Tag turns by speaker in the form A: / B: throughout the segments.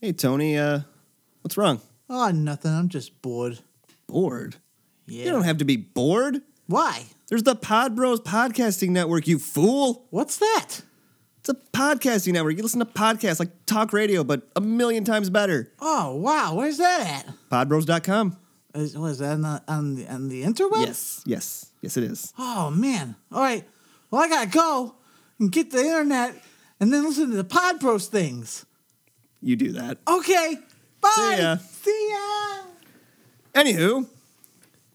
A: Hey, Tony, uh, what's wrong?
B: Oh, nothing. I'm just bored.
A: Bored.
B: Yeah.
A: You don't have to be bored.
B: Why?
A: There's the Pod Bros Podcasting Network, you fool.
B: What's that?
A: It's a podcasting network. You listen to podcasts like talk radio, but a million times better.
B: Oh, wow. Where's that
A: Podbros.com.
B: at? Is, was that on the, on the, on the interweb?
A: Yes, yes, yes, it is.
B: Oh, man. All right. Well, I got to go and get the internet and then listen to the Pod Bros things.
A: You do that.
B: Okay. Bye.
A: See ya.
B: See ya.
A: Anywho,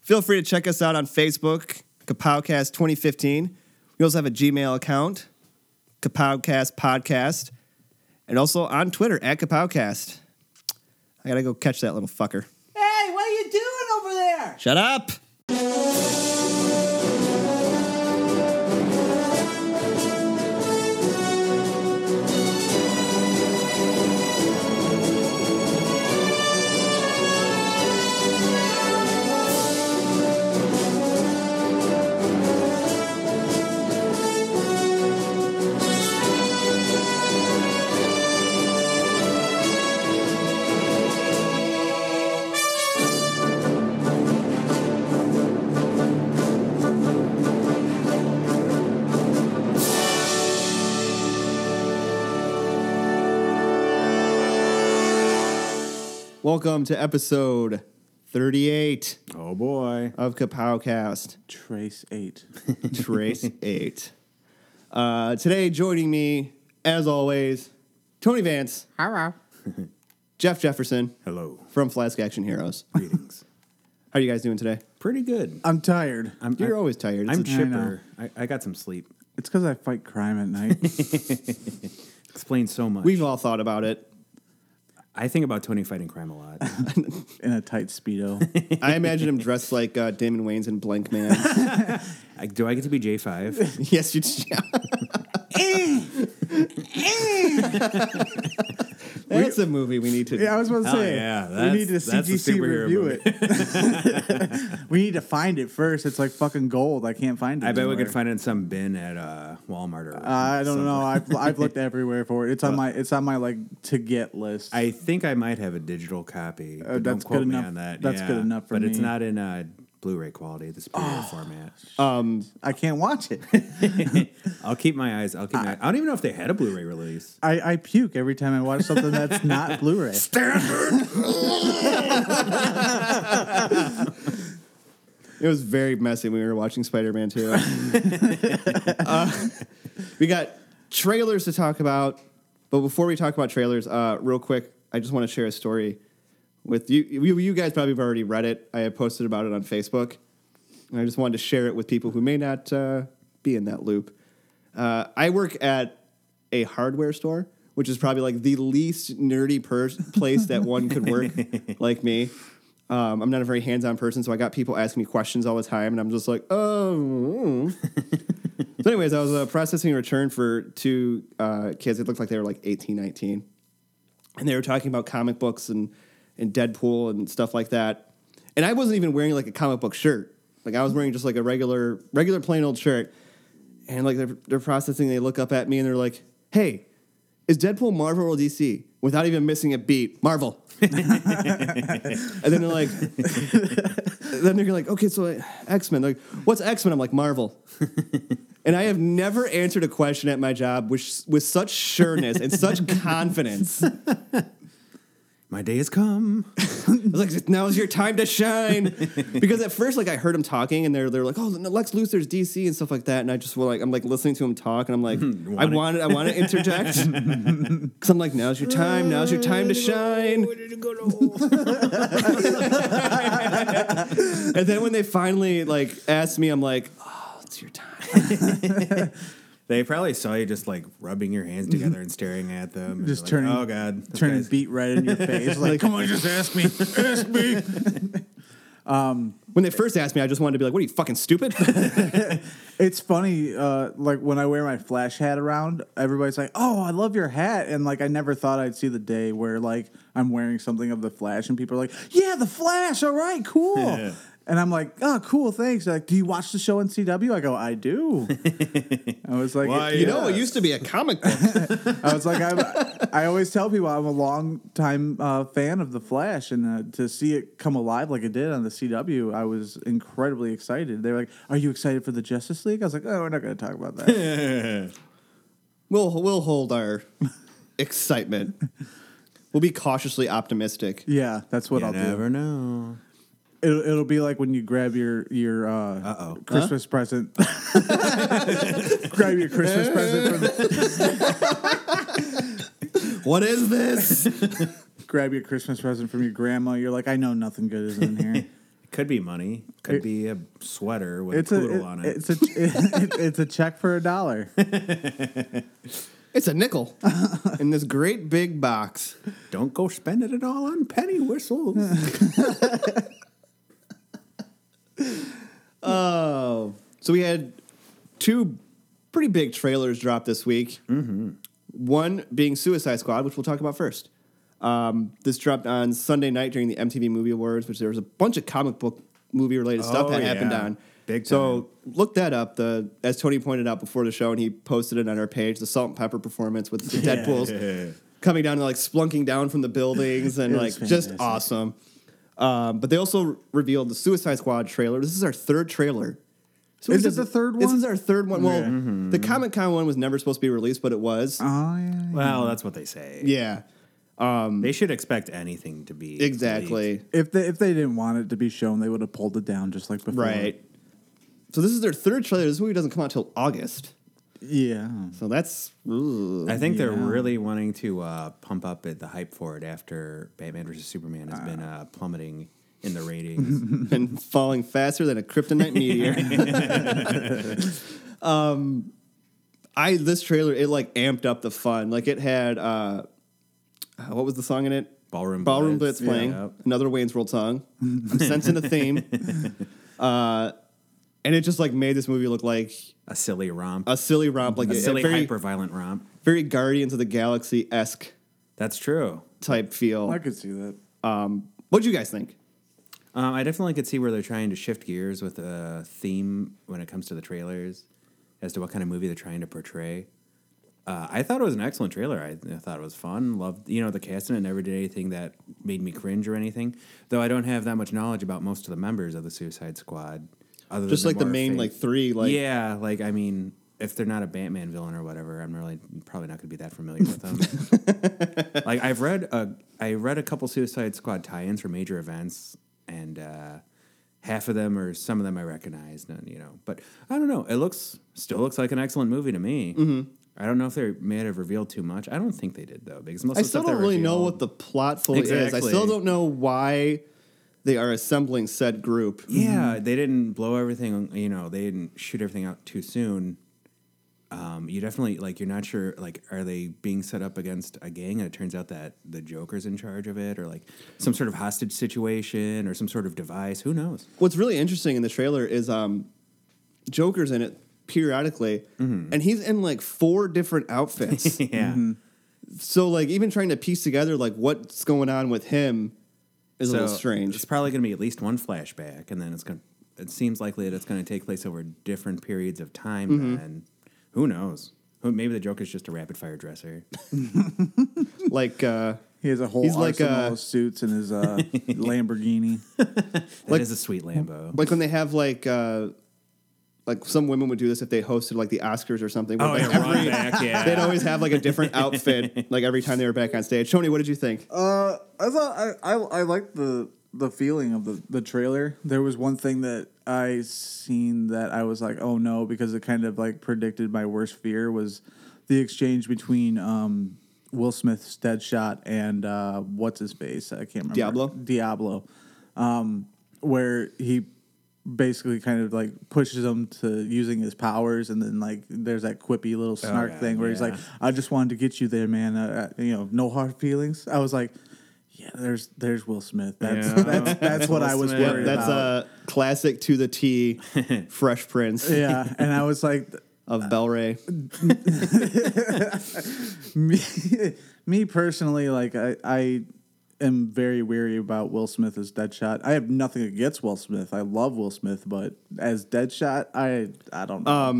A: feel free to check us out on Facebook, Kapowcast 2015. We also have a Gmail account, Kapowcast Podcast, and also on Twitter at Kapowcast. I gotta go catch that little fucker.
B: Hey, what are you doing over there?
A: Shut up! Welcome to episode 38
C: Oh boy.
A: of Kapowcast.
C: Trace eight.
A: Trace 8. Uh, today, joining me, as always, Tony Vance. Hello. Jeff Jefferson
C: Hello.
A: from Flask Action Heroes.
C: Greetings.
A: How are you guys doing today?
C: Pretty good.
D: I'm tired.
C: I'm,
A: You're
C: I,
A: always tired. It's
C: I'm
A: a-
D: I know.
C: chipper. I, I got some sleep.
D: It's because I fight crime at night.
C: Explains so much.
A: We've all thought about it.
C: I think about Tony fighting crime a lot.
D: in a tight speedo.
A: I imagine him dressed like uh, Damon Wayans in Blank Man.
C: I, do I get to be J five?
A: yes, you.
B: Eh.
A: That's a movie we need to.
D: yeah, I was about to
C: Hell
D: say.
C: Oh, yeah,
D: we
C: that's-
D: need to
C: that's a
D: CGC
C: superhero
D: review
C: movie.
D: it. we need to find it first. It's like fucking gold. I can't find it.
C: I bet we
D: anywhere.
C: could find it in some bin at uh, Walmart or.
D: Uh, I don't know.
C: somewhere.
D: I've, I've looked everywhere for it. It's on my it's on my like to get list.
C: I think I might have a digital copy. but
D: uh, that's
C: don't quote
D: good
C: me
D: enough-
C: on that.
D: that's
C: Yeah,
D: good enough for
C: But it's
D: me. Oh,
C: not in uh, Blu-ray quality, the superior format.
D: I can't watch it.
C: I'll keep my eyes. I'll keep my. I don't even know if they had a Blu-ray release.
D: I, I puke every time I watch something that's not Blu-ray.
A: It was very messy when we were watching Spider Man 2. Uh, we got trailers to talk about. But before we talk about trailers, uh, real quick, I just want to share a story with you. you. You guys probably have already read it. I had posted about it on Facebook. And I just wanted to share it with people who may not uh, be in that loop. Uh, I work at a hardware store, which is probably like the least nerdy pers- place that one could work, like me. Um, I'm not a very hands on person, so I got people asking me questions all the time, and I'm just like, oh. mm. so, anyways, I was uh, processing a return for two uh, kids. It looked like they were like 18, 19. And they were talking about comic books and, and Deadpool and stuff like that. And I wasn't even wearing like a comic book shirt. Like I was wearing just like a regular, regular plain old shirt. And like they're, they're processing, they look up at me and they're like, hey, is Deadpool Marvel or DC? Without even missing a beat, Marvel. And then they're like, then they're like, okay, so X Men. Like, what's X Men? I'm like Marvel. and I have never answered a question at my job with with such sureness and such confidence. I
C: My day has come.
A: was like, now's your time to shine. because at first, like, I heard him talking, and they're they're like, oh, no, Lex Luthor's DC and stuff like that. And I just were like, I'm like listening to him talk, and I'm like, I want it, I want to interject. Because I'm like, now's your time. Now's your time to shine. And then when they finally like asked me, I'm like, oh, it's your time.
C: They probably saw you just like rubbing your hands together and staring at them. and
D: Just
C: like,
D: turning-
C: Oh God. this
D: turning
C: guy's-
D: beat right in your face. Like, come on, just ask me. Ask me.
A: When they first asked me, I just wanted to be like, "What are you fucking stupid?"
D: It's funny, uh, like when I wear my flash hat around, everybody's like, "Oh, I love your hat," and like I never thought I'd see the day where like I'm wearing something of the Flash, and people are like, "Yeah, the Flash, all right, cool." And I'm like, oh, cool, thanks. They're like, do you watch the show on CW? I go, I do. I was like,
C: Why,
D: "Yeah."
A: You know, it used to be a comic book.
D: I was like, I'm, I always tell people I'm a long time uh, fan of The Flash, and uh, to see it come alive like it did on the CW, I was incredibly excited. They were like, "Are you excited for the Justice League?" I was like, "Oh, we're not going to talk about that."
A: we'll we'll hold our excitement. We'll be cautiously optimistic.
D: yeah, that's what
C: You
D: I'll
C: never know.
D: do. It'll, it'll be like when you grab your your uh,
C: Uh-oh.
D: Christmas present. grab your Christmas present from the,
A: What is this?
D: grab your Christmas present from your grandma. You're like, I know nothing good is in here.
C: It could be money. Could
D: It-
C: be a sweater with
D: It's
C: a
D: a
C: poodle
D: it-
C: on it.
D: it's a it's a check for a dollar.
A: it's a nickel in this great big box.
C: Don't go spending it all on penny whistles.
A: Oh, so we had two pretty big trailers drop this week. Mm-hmm. One being Suicide Squad, which we'll talk about first. Um, this dropped on Sunday night during the MTV Movie Awards, which there was a bunch of comic book movie related stuff
C: Oh,
A: that happened
C: yeah.
A: on.
C: Big
A: So look that up. The as Tony pointed out before the show, and he posted it on our page. The Salt and Pepper performance with the Deadpool's coming down and like splunking down from the buildings and
D: It
A: like
D: was
A: just
D: fantastic.
A: awesome. Um, but they also revealed the Suicide Squad trailer. This is our third trailer. So
D: Is
A: this
D: it the third
A: This
D: one?
A: is our third one. Well,
D: Yeah. Mm-hmm.
A: the Comic Con one was never supposed to be released, but it was.
D: Oh yeah.
C: well, that's what they say.
A: yeah,
C: They should expect anything to be leaked.
A: exactly.
D: If they if they didn't want it to be shown, they would have pulled it down just like before.
A: Right. So this is their third trailer. This movie doesn't come out till August.
D: Yeah.
A: So that's ooh.
C: I think they're
D: Yeah.
C: really wanting to uh, pump up it, the hype for it after Batman vs Superman has been uh, plummeting in the ratings.
A: been falling faster than a kryptonite meteor. um, I this trailer it like amped up the fun. Like it had uh, uh, what was the song in it?
C: Ballroom
A: Ballroom
C: Blitz.
A: Blitz, playing
C: Yeah.
A: another Wayne's World song. I'm sensing a theme, uh, and it just like made this movie look like
C: a silly romp,
A: a
C: a,
A: silly romp, like a
C: silly
A: very
C: hyper violent romp.
A: very Guardians of the Galaxy esque
C: That's true.
A: type feel.
D: I could see that.
A: What'd you guys think?
C: Um, I definitely could see where they're trying to shift gears with a theme when it comes to the trailers as to what kind of movie they're trying to portray. Uh, I thought it was an excellent trailer. I, I thought it was fun. Loved, you know, the cast in it never did anything that made me cringe or anything. Though I don't have that much knowledge about most of the members of the Suicide Squad. Other than
A: Just like the
C: more
A: main
C: fa-
A: like three like
C: yeah, like I mean, if they're not a Batman villain or whatever, I'm really probably not going to be that familiar with them. like I've read a, I read a couple Suicide Squad tie-ins for major events, and uh, half of them or some of them I recognize, none, you know. But I don't know. It looks still looks like an excellent movie to me.
A: Mm-hmm.
C: I don't know if they may have revealed too much. I don't think they did though, because most
A: I
C: of the
A: still
C: stuff they
A: don't really know
C: revealed-
A: what the plot fully is. I
C: Exactly.
A: still don't know why they are assembling said group.
C: Yeah, they didn't blow everything. You know, they didn't shoot everything out too soon. Um, you definitely like you're not sure. Like, are they being set up against a gang? And it turns out that the Joker's in charge of it, or like some sort of hostage situation, or some sort of device. Who knows?
A: What's really interesting in the trailer is um, Joker's in it periodically, and he's in like four different outfits.
C: Mm-hmm. Yeah,
A: so like even trying to piece together like what's going on with him is a little strange.
C: It's probably going to be at least one flashback, and then it's going. to It seems likely that it's going to take place over different periods of time.
A: Mm-hmm.
C: Then, who knows? Who- Maybe the Joker's just a rapid fire dresser.
A: like uh,
D: He has a whole
A: He's
D: arsenal
A: like, uh,
D: of suits in his uh, Lamborghini.
C: That is a sweet Lambo.
A: like when they have like. Uh, like some women would do this if they hosted like the Oscars or something. where, like, every-
C: back, Oh, yeah.
A: they'd always have like a different outfit like every time they were back on stage. Tony, what did you think?
D: Uh, I thought I I, I liked the the feeling of the the trailer. There was one thing that I seen that I was like, oh no, because it kind of like predicted my worst fear was the exchange between um Will Smith's Deadshot and uh what's his face? I can't remember.
A: Diablo?
D: Diablo. Um, where he basically kind of like pushes him to using his powers and then like there's that quippy little snark
C: Oh, yeah,
D: thing where he's
C: yeah.
D: like I just wanted to get you there, man. Uh, uh, you know, no hard feelings. I was like, yeah, there's there's Will Smith. That's
C: Yeah.
D: that's that's what I was
C: Will Smith. uh,
D: worried
A: That's
D: about.
A: a classic to the T Fresh Prince
D: yeah, and I was like,
A: of Belray.
D: me, me personally, like I, I am very weary about Will Smith as Deadshot. I have nothing against Will Smith. I love Will Smith, but as Deadshot, I I don't know.
C: Uh,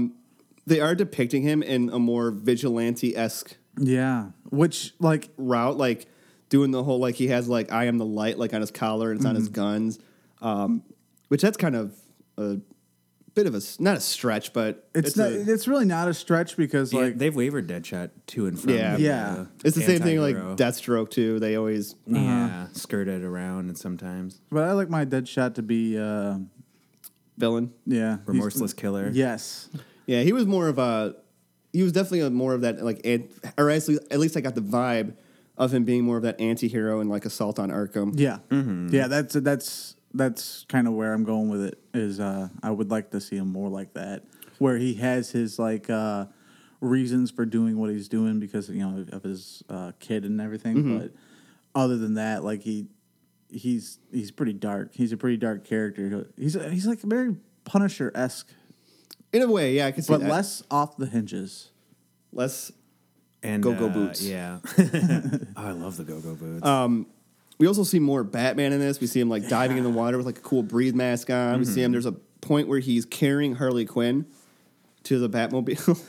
A: They are depicting him in a more vigilante esque
D: yeah, which like
A: route, like doing the whole like he has like I am the light like on his collar and it's on
D: Mm-hmm.
A: his guns, um, which that's kind of a bit of a s- not a stretch, but
D: it's not, e-,
A: a-
D: it's really not a stretch because
C: Yeah,
D: like
C: they've wavered Deadshot to and from.
A: Yeah.
C: the
D: Yeah.
A: it's the same thing like
C: anti-hero.
A: Deathstroke too. They always
C: Yeah, skirted around and sometimes
D: but I like my Deadshot to be uh
A: villain.
D: yeah he's-
C: remorseless killer.
D: Yes,
A: Yeah, he was more of a. He was definitely a more of that like, an, or at least, at least I got the vibe of him being more of that anti-hero and like Assault on Arkham.
D: yeah, yeah. That's that's that's kind of where I'm going with it. Is uh, I would like to see him more like that, where he has his like uh, reasons for doing what he's doing because you know of his uh, kid and everything. But other than that, like he he's he's pretty dark. He's a pretty dark character. He's he's like very Punisher esque,
A: In a way, yeah, I can see
D: but
A: that.
D: less off the hinges.
A: less.
C: and
A: Go-Go
C: uh,
A: boots.
C: Yeah, Oh, I love the go go boots.
A: We also see more Batman in this. We see him like diving in the water with like a cool breathe mask on. We see him. There's a point where he's carrying Harley Quinn to the Batmobile.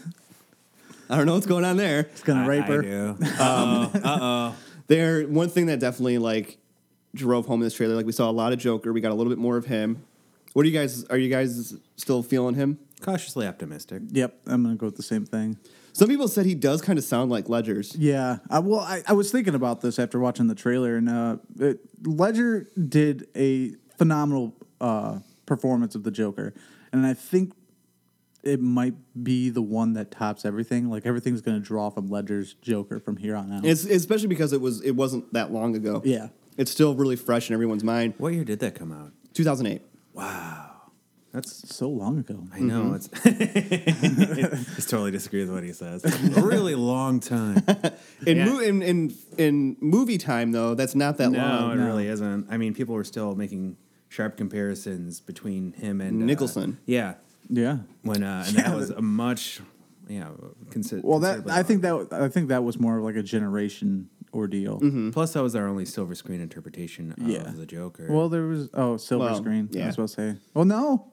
A: I don't know what's going on there.
D: He's gonna
C: I-
D: rape
C: I
D: her.
C: do.
A: There, one thing that definitely like drove home this trailer. Like we saw a lot of Joker. We got a little bit more of him. What are you guys? Are you guys still feeling him?
C: Cautiously optimistic.
D: Yep, I'm gonna go with the same thing.
A: Some people said he does kind of sound like Ledger's.
D: Yeah. I, well, I, I was thinking about this after watching the trailer, and uh, it, Ledger did a phenomenal uh, performance of the Joker. And I think it might be the one that tops everything. Like, everything's going to draw from Ledger's Joker from here on out.
A: It's especially because it was it wasn't that long ago.
D: Yeah.
A: It's still really fresh in everyone's mind.
C: What year did that come out?
A: 2008.
C: That's
D: so long ago.
C: I know it's. it's totally disagree with what he says. A really long time.
A: In,
C: Yeah.
A: mo- in in in movie time though, that's not that
C: No,
A: long.
C: it really isn't. I mean, people were still making sharp comparisons between him and uh,
A: Nicholson.
C: yeah,
D: Yeah.
C: when uh, and that was a much, you know, consi-
D: Well, that
C: considerably
D: I think that I think that was more of like a generation ordeal.
C: long. plus that was our only silver screen interpretation of
D: Yeah.
C: the Joker.
D: Well, there was oh silver
A: Well,
D: screen. I
A: yeah.
D: was about to say. Oh no,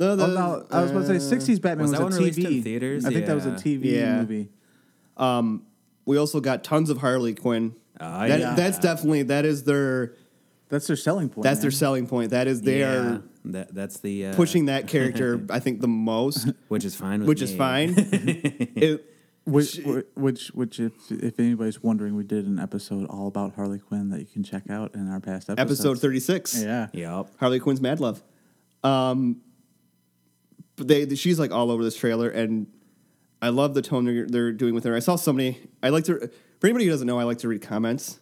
A: No, the-
D: Oh, no, I was about to say
A: uh,
D: '60s Batman
C: Was
D: was,
C: that one
D: a
C: released
D: TV.
C: in theaters?
D: I think that was a
C: Yeah.
D: TV
A: Yeah.
D: movie.
A: We also got tons of Harley Quinn.
C: Ah,
A: That-
C: yeah.
A: That's definitely that is their
D: That's their selling point.
A: that's their
D: man.
A: selling point. That is they
C: yeah,
A: are
C: that that's the uh,
A: pushing that character. I think the most,
C: which is fine, with
A: which is
C: me.
A: fine. it,
D: Which, which, which, if if anybody's wondering, we did an episode all about Harley Quinn that you can check out in our past episodes.
A: episode 36.
D: Yeah.
C: Yep.
A: Harley Quinn's Mad Love. Um, but they she's like all over this trailer, and I love the tone they're, they're doing with her. I saw somebody. I like to. For anybody who doesn't know, I like to read comments,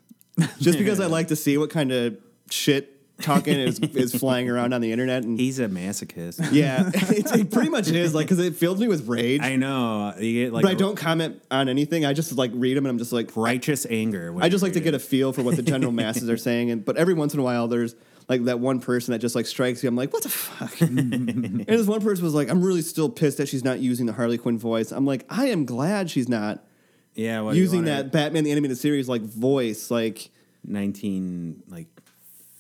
A: just because I like to see what kind of shit talking is is flying around on the internet. And
C: He's a masochist.
A: yeah, it, it pretty much is like because it fills me with rage.
C: I know. You get like
A: but I don't comment on anything. I just like read them, and I'm just like,
C: righteous anger. when
A: I
C: you
A: just like to
C: read
A: get a
C: it.
A: feel for what the general masses are saying, and but every once in a while there's like that one person that just like strikes you. I'm like, what the fuck? and this one person was like, I'm really still pissed that she's not using the Harley Quinn voice. I'm like, I am glad she's not
C: yeah what, Oh, you
A: using
C: wanna-
A: that Batman the animated series like voice. Like,
C: nineteen like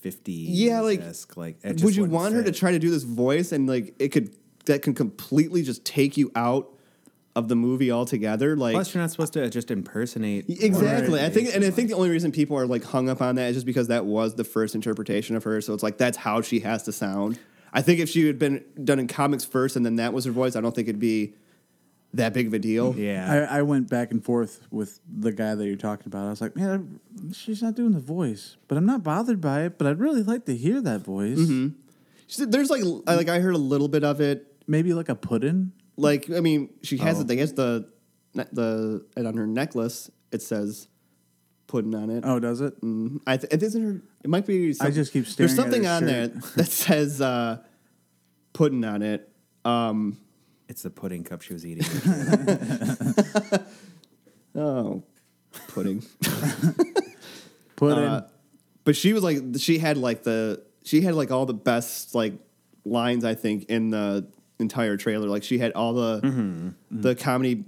C: fifty.
A: Yeah, like,
C: like that just
A: would you
C: wouldn't
A: want her to
C: fit.
A: try to do this voice and like it could that can completely just take you out of the movie altogether? Like,
C: Plus, you're not supposed to just impersonate.
A: E, Exactly.
C: Right.
A: I think, and I think the only reason people are like hung up on that is just because that was the first interpretation of her. So it's like that's how she has to sound. I think if she had been done in comics first and then that was her voice, I don't think it'd be that big of a deal.
C: Yeah.
D: I, I went back and forth with the guy that you're talking about. I was like, man, I- she's not doing the voice, but I'm not bothered by it. But I'd really like to hear that voice.
A: She- There's like, I- like I heard a little bit of it.
D: Maybe like a puddin.
A: Like, I mean, she
D: Oh.
A: has it. I guess the ne- the and on her necklace it says pudding on it.
D: Oh, does it?
A: I th- it isn't her. It might be. some-
D: just keep
A: There's
D: staring at
A: something
D: her
A: on there
D: shirt.
A: that says uh, pudding on it. Um,
C: it's the pudding cup she was eating.
A: oh, pudding.
D: Puddin.
A: Uh, but she was like she had like the she had like all the best like
C: Mm-hmm.
A: lines I think in the entire trailer. Like she had all the the comedy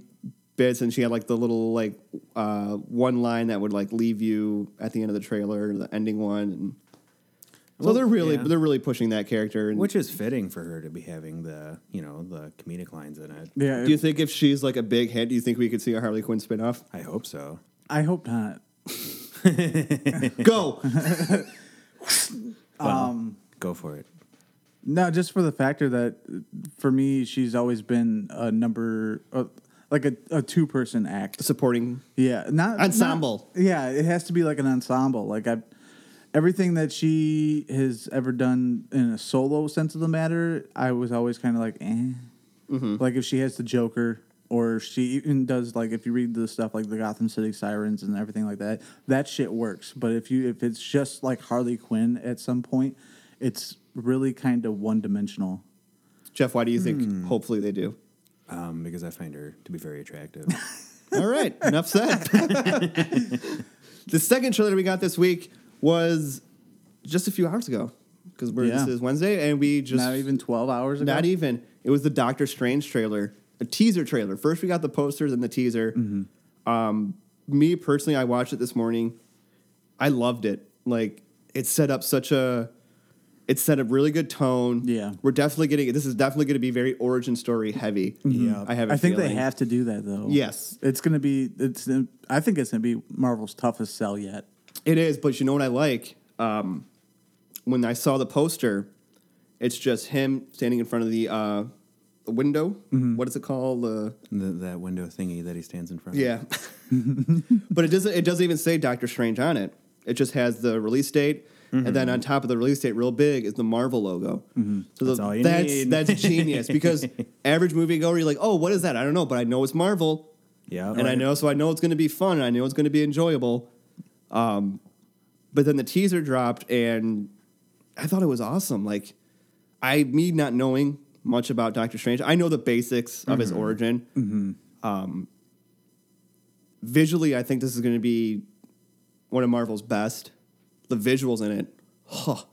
A: bits, and she had like the little like uh, one line that would like leave you at the end of the trailer, the ending one. And so
C: Well,
A: they're really
C: yeah.
A: they're really pushing that character. And
C: Which is fitting for her to be having the, you know, the comedic lines in it.
D: Yeah,
A: do you think if she's like a big hit, do you think we could see a Harley Quinn spinoff?
C: I hope so.
D: I hope not.
A: Go.
C: Go for it.
D: No, just for the factor that uh, for me, she's always been a number, uh, like a, a two person act.
A: Supporting
D: Yeah, not not-
A: Ensemble.
D: yeah, it has to be like an ensemble. Like I, everything that she has ever done in a solo sense of the matter, I was always kind of like, eh.
A: Mm-hmm.
D: Like if she has the Joker, or she even does like if you read the stuff like the Gotham City Sirens and everything like that, that shit works. But if you if it's just like Harley Quinn at some point, it's really kind of one dimensional.
A: Jeff, why do you think?
C: Hmm.
A: Hopefully they do.
C: Um, because I find her to be very attractive.
A: All right, enough said. the second trailer we got this week was just a few hours ago because we're
D: Yeah.
A: this is Wednesday and we just
D: Not even twelve hours. Ago.
A: not even. It was the Doctor Strange trailer, a teaser trailer. First we got the poster, then the teaser.
D: Mm-hmm.
A: Um, me personally, I watched it this morning. I loved it. Like it set up such a, it set a really good tone.
D: Yeah.
A: we're definitely getting. This is definitely going to be very origin story heavy.
D: Mm-hmm.
A: Yeah, I have. a
D: I think they
A: feeling.
D: have to do that though.
A: Yes.
D: it's gonna be. It's. I think it's gonna be Marvel's toughest sell yet.
A: It is, but you know what I like? Um, when I saw the poster, it's just him standing in front of the uh, the window.
C: Mm-hmm.
A: What is it called? Uh, The
C: the, that window thingy that he stands in front of.
A: yeah. but it doesn't. It doesn't even say Doctor Strange on it. It just has the release date, and
C: Mm-hmm.
A: then on top of the release date, real big, is the Marvel logo. So
C: That's
A: the-
C: all you
A: that's,
C: need.
A: That's genius because average moviegoer, you're like, oh, what is that? I don't know, but I know it's Marvel,
C: Yeah.
A: and I know so I know it's going to be fun and I know it's going to be enjoyable. Um, but then the teaser dropped and I thought it was awesome. Like I me not knowing much about Doctor Strange, I know the basics of
C: Mm-hmm.
A: his origin. Um, visually, I think this is going to be one of Marvel's best. The visuals in it, huh,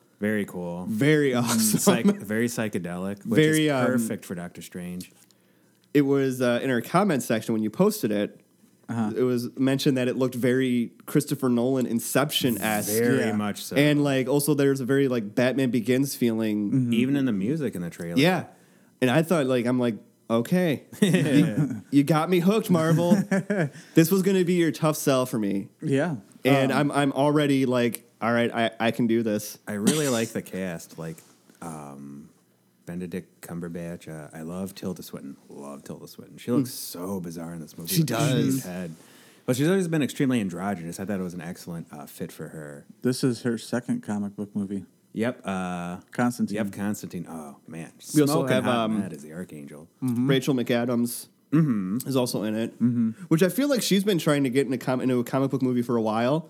C: Very cool.
A: very awesome.
C: Mm-hmm. It's like very psychedelic, which
A: Very,
C: is
A: um,
C: perfect for Doctor Strange.
A: it was uh, in our comments section when you posted it.
C: Uh-huh.
A: It was mentioned that it looked very Christopher Nolan Inception esque,
C: Very
D: yeah.
C: much so.
A: and like also there's a very like Batman Begins feeling.
C: Even in the music in the trailer.
A: Yeah, and I thought like I'm like okay, you, you got me hooked, Marvel. this was gonna be your tough sell for me,
D: Yeah,
A: and I'm I'm already like all right, I I can do this.
C: I really like the cast, like um, Benedict Cumberbatch. Uh, I love Tilda Swinton. Love Tilda Swinton. She looks so bizarre in this movie.
A: Mm. She
C: with the
A: does.
C: shaved Head. But she's always been extremely androgynous. I thought it was an excellent uh, fit for her.
D: this is her second comic book movie.
C: Yep. Uh,
D: Constantine.
C: yep. Constantine. Oh man.
A: We also
C: Smoking
A: have,
C: hot
A: um,
C: mad as the archangel.
D: Mm.
A: Rachel McAdams is also in it, which I feel like she's been trying to get in a com- into a comic book movie for a while.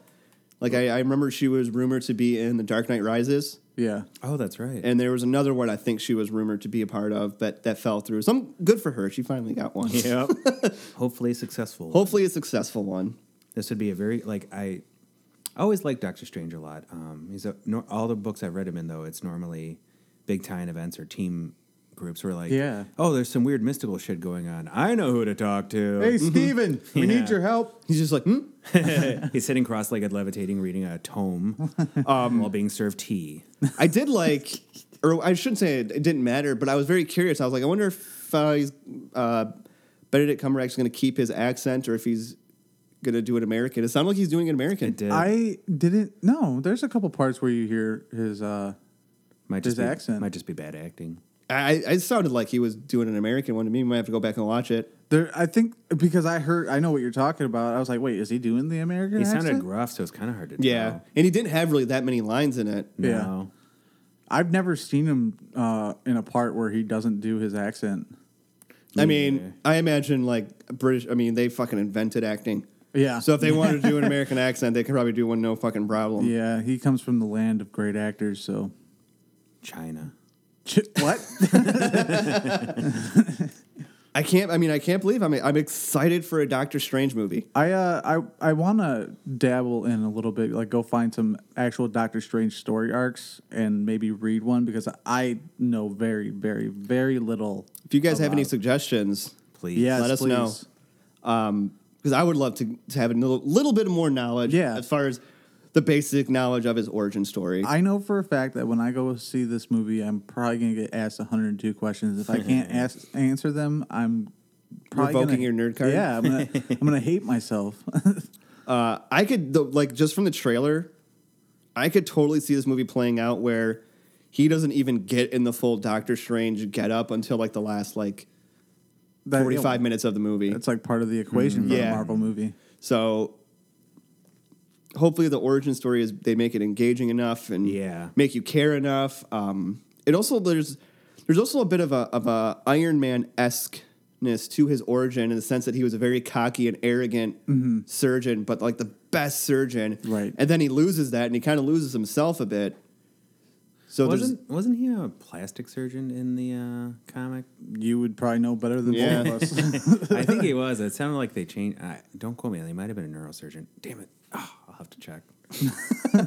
A: Like I, I remember she was rumored to be in The Dark Knight Rises,
D: Yeah,
C: Oh, that's right.
A: and there was another one I think she was rumored to be a part of, but that fell through. So I'm good for her; she finally got one.
C: yep. Hopefully successful.
A: Hopefully, a successful one.
C: this would be a very like I, I always like Doctor Strange a lot. Um, he's a, nor, all the books I've read him in though it's normally big time events or team groups where like
D: Yeah.
C: oh there's some weird mystical shit going on. I know who to talk to.
D: Hey,
A: Mm-hmm.
D: Steven, we
C: Yeah.
D: need your help.
A: He's just like, hmm?
C: he's sitting cross-legged, levitating, reading a tome um,
D: Um,
C: while being served tea.
A: I did like, or I shouldn't say it, it didn't matter, but I was very curious. I was like, I wonder if uh, he's, uh, Benedict Cumberbatch is going to keep his accent, or if he's going to do an American. It sounded like he's doing an American.
C: It did.
D: I didn't. No, there's a couple parts where you hear his. uh
C: might just
D: his
C: be,
D: accent.
C: might just be bad acting.
A: I, I it sounded like he was doing an American one to me. We might have to go back and watch it.
D: There, I think because I heard, I know what you're talking about. I was like, wait, is he doing the American
C: He
D: accent?
C: sounded gruff, so it's kind of hard to tell.
A: and he didn't have really that many lines in it.
C: No.
D: Yeah. I've never seen him uh in a part where he doesn't do his accent.
A: I mean, I imagine like British. I mean, they fucking invented acting.
D: Yeah.
A: So if they wanted to do an American accent, they could probably do one no fucking problem.
D: yeah, he comes from the land of great actors. So
C: China.
D: Ch- what?
A: I can't. I mean, I can't believe. I mean, I'm excited for a Doctor Strange movie.
D: I uh, I I want to dabble in a little bit, like go find some actual Doctor Strange story arcs and maybe read one because I know very, very, very little.
A: If you guys have any
D: about-
A: suggestions,
C: Please.
D: yes,
A: let us know.
D: please.
A: Um, because I would love to, to have a little, little bit more knowledge
D: Yeah.
A: as far as the basic knowledge of his origin story.
D: I know for a fact that when I go see this movie, I'm probably gonna get asked 102 questions. If I can't ask answer them, I'm probably
A: Revoking
D: gonna,
A: your nerd card?
D: Yeah, I'm gonna, I'm gonna hate myself.
A: Uh, I could the, like just from the trailer, I could totally see this movie playing out where he doesn't even get in the full Doctor Strange get up until like the last like
D: That-
A: 45 minutes of the movie.
D: That's like part of the equation for
A: Mm. Yeah.
D: a Marvel movie.
A: So hopefully the origin story is they make it engaging enough and
C: Yeah.
A: make you care enough. Um, it also there's there's also a bit of a of a Iron Man esqueness to his origin in the sense that he was a very cocky and arrogant
C: Mm-hmm.
A: surgeon, but like the best surgeon.
D: Right.
A: And then he loses that and he kind of loses himself a bit. So there's
C: wasn't wasn't he a plastic surgeon in the uh, comic?
D: You would probably know better than
A: Yeah.
D: both of us.
C: I think he was. It sounded like they changed. I don't quote me. They might have been a neurosurgeon. Damn it! Ah, I'll have to check. Because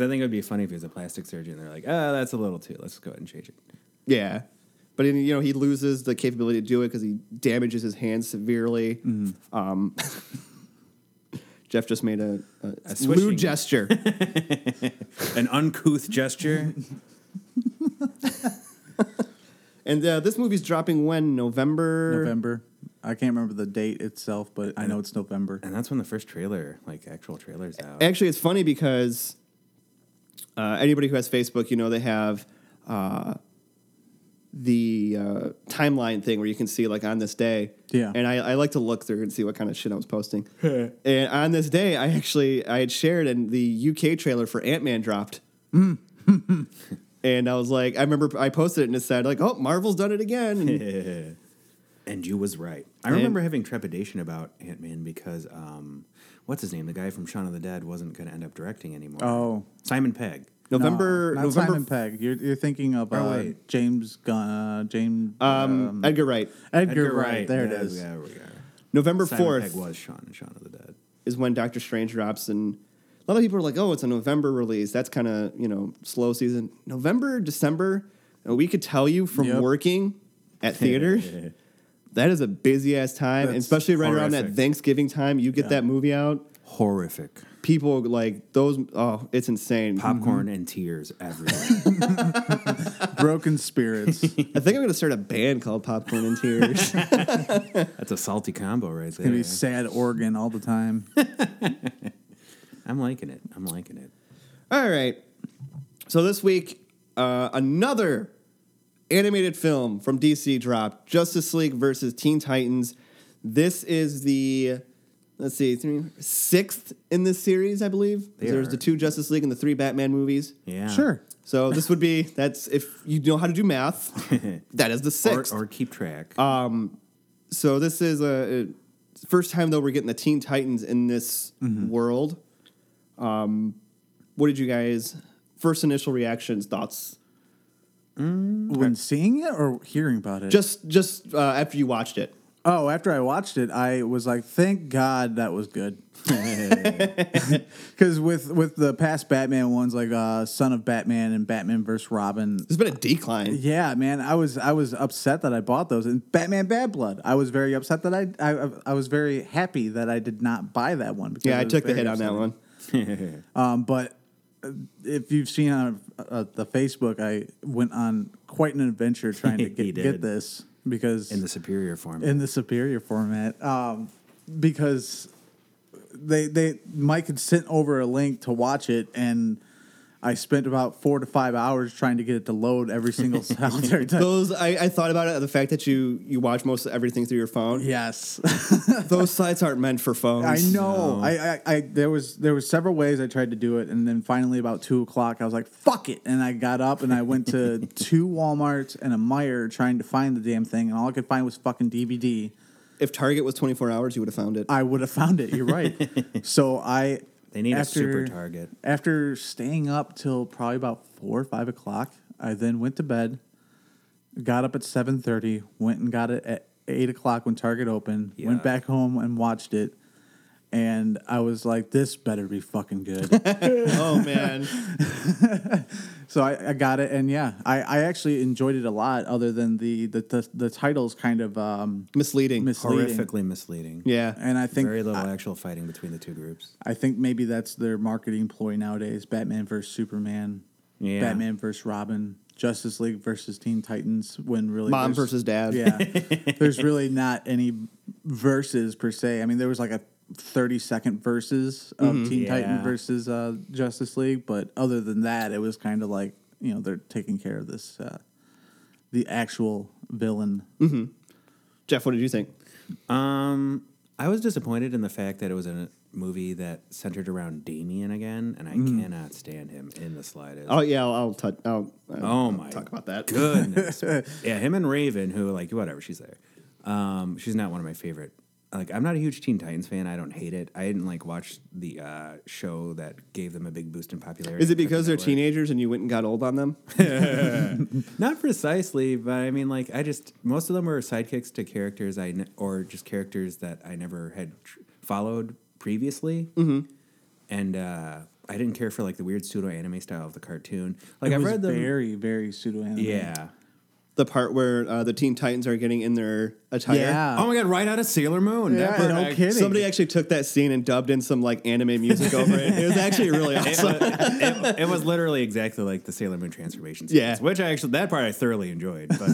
C: I think it would be funny if he was a plastic surgeon. They're like, oh, that's a little too. Let's go ahead and change it.
A: Yeah. But then, you know he loses the capability to do it because he damages his hand severely. Um, Jeff just made a, a,
C: swishing.
A: lewd gesture.
C: An uncouth gesture.
A: and uh, this movie's dropping when November.
D: November. I can't remember the date itself, but I know it's November.
C: And that's when the first trailer, like actual trailers out.
A: Actually, it's funny because uh, anybody who has Facebook, you know, they have uh, the uh, timeline thing where you can see like on this day.
D: Yeah.
A: And I, I like to look through and see what kind of shit I was posting. and on this day, I actually I had shared and the UK trailer for Ant Man dropped. and I was like, I remember I posted it and it said like, oh, Marvel's done it again. And
C: And you was right. I remember having trepidation about Ant Man because um, what's his name? The guy from Shaun of the Dead wasn't going to end up directing anymore.
D: Oh.
C: Simon Pegg.
A: November,
D: no, not
A: November,
D: Simon Pegg. You're, you're thinking of uh,
C: wait.
D: James Gunn, uh, James
A: um, Edgar Wright,
D: Edgar, Wright. There it is.
C: There we go.
A: November
C: Simon Pegg
A: fourth.
C: was Shaun in Shaun of the Dead.
A: is when Doctor Strange drops, and a lot of people are like, "Oh, it's a November release. That's kind of you know slow season. November, December. and we could tell you from
D: Yep.
A: working at theaters, that is a busy ass time, and
D: That's
A: especially right around that
C: horrific.
A: Thanksgiving time. You get that movie out,
C: Horrific.
A: people like those. Oh, it's insane.
C: Popcorn
D: Mm-hmm.
C: and tears everywhere.
D: Broken Spirits.
A: I think I'm gonna start a band called Popcorn and Tears.
C: That's a salty combo right
D: Gonna
C: there.
D: be sad organ all the time.
C: I'm liking it. I'm liking it.
A: All right. So this week, uh, another animated film from DC dropped: Justice League versus Teen Titans. This is the let's see, three, sixth in this series, I believe.
C: They
A: There's
C: are-
A: the two Justice League and the three Batman movies.
C: Yeah.
D: Sure.
A: So this would be that's if you know how to do math, that is the
C: Or,
A: sixth.
C: or keep track.
D: Uh,
A: so this is a, a- first time though we're getting the Teen Titans in this
D: Mm-hmm.
A: world. Um, what did you guys first initial reactions thoughts?
D: When seeing it or hearing about it?
A: Just just uh, after you watched it.
D: oh, after I watched it, I was like, thank God that was good. Because with with the past Batman ones, like uh, Son of Batman and Batman vs Robin,
A: There's been a decline.
D: yeah, man, I was I was upset that I bought those. And Batman Bad Blood, I was very upset that I I, I was very happy that I did not buy that one. Because
A: Yeah, I
D: it was
A: took the hit
D: very
A: on that one.
D: upsetting. Um, but uh, if you've seen on uh, the Facebook, I went on quite an adventure trying to
C: He
D: get,
C: did.
D: get this because
C: in the superior form.
D: in the superior format um, because they they Mike had sent over a link to watch it and. I spent about four to five hours trying to get it to load every single solitary time.
A: Those I, I thought about it the fact that you you watch most of everything through your phone.
D: Yes,
A: Those sites aren't meant for phones.
D: I know. I, I, I there was there was several ways I tried to do it, and then finally about two o'clock, I was like, "Fuck it!" And I got up and I went to two WalMarts and a Meyer trying to find the damn thing, and all I could find was fucking DVD.
A: If Target was 24 hours, you would have found it.
D: I would have found it. You're right. so I
C: They need a super target.
D: After staying up till probably about four or five o'clock, I then went to bed. Got up at seven thirty. Went and got it at eight o'clock when Target opened.
C: Yeah.
D: Went back home and watched it. And I was like, "This better be fucking good."
A: oh man.
D: So I, I got it, and yeah, I, I actually enjoyed it a lot. Other than the the the, the titles kind of um,
A: Misleading.
D: misleading,
C: horrifically misleading.
A: yeah.
D: and I think
C: very
D: I,
C: little actual fighting between the two groups.
D: I think maybe that's their marketing ploy nowadays: Batman versus Superman,
C: Yeah.
D: Batman versus Robin, Justice League versus Teen Titans. When really
A: Mom
D: there's-
A: versus dad.
D: yeah, there's really not any verses per se. I mean, there was like a 30 second verses of Teen Titan
C: Mm-hmm. Yeah.
D: versus uh, Justice League, but other than that, it was kind of like you know they're taking care of this uh, the actual villain.
A: Jeff, what did you think?
C: Um, I was disappointed in the fact that it was a movie that centered around Damien again, and I
D: Mm.
C: cannot stand him in the slightest.
A: Oh yeah, I'll, I'll touch. I'll, I'll
C: Oh my
A: talk about that.
C: goodness. yeah, him and Raven, who like whatever, she's there. Um, she's not one of my favorite. Like I'm not a huge Teen Titans fan. I don't hate it. I didn't like watch the uh, show that gave them a big boost in popularity.
A: Is it because they're
C: Cartoon Network.
A: teenagers and you went and got old on them?
C: Not precisely, but I mean, like I just most of them were sidekicks to characters I ne- or just characters that I never had tr- followed previously, mm-hmm. and uh, I didn't care for like the weird pseudo anime style of the cartoon. Like
D: it
C: I've
D: was
C: read them.
D: very very pseudo anime.
C: yeah.
A: The part where uh, the Teen Titans are getting in their attire.
D: Yeah.
C: Oh my god! Right out of Sailor Moon. That
D: Yeah,
C: part
D: no
C: I-
D: kidding.
A: Somebody actually took that scene and dubbed in some like anime music over it. It was actually really awesome.
C: it, it was literally exactly like the Sailor Moon transformation sequence,
A: Yeah.
C: which I actually that part I thoroughly enjoyed. But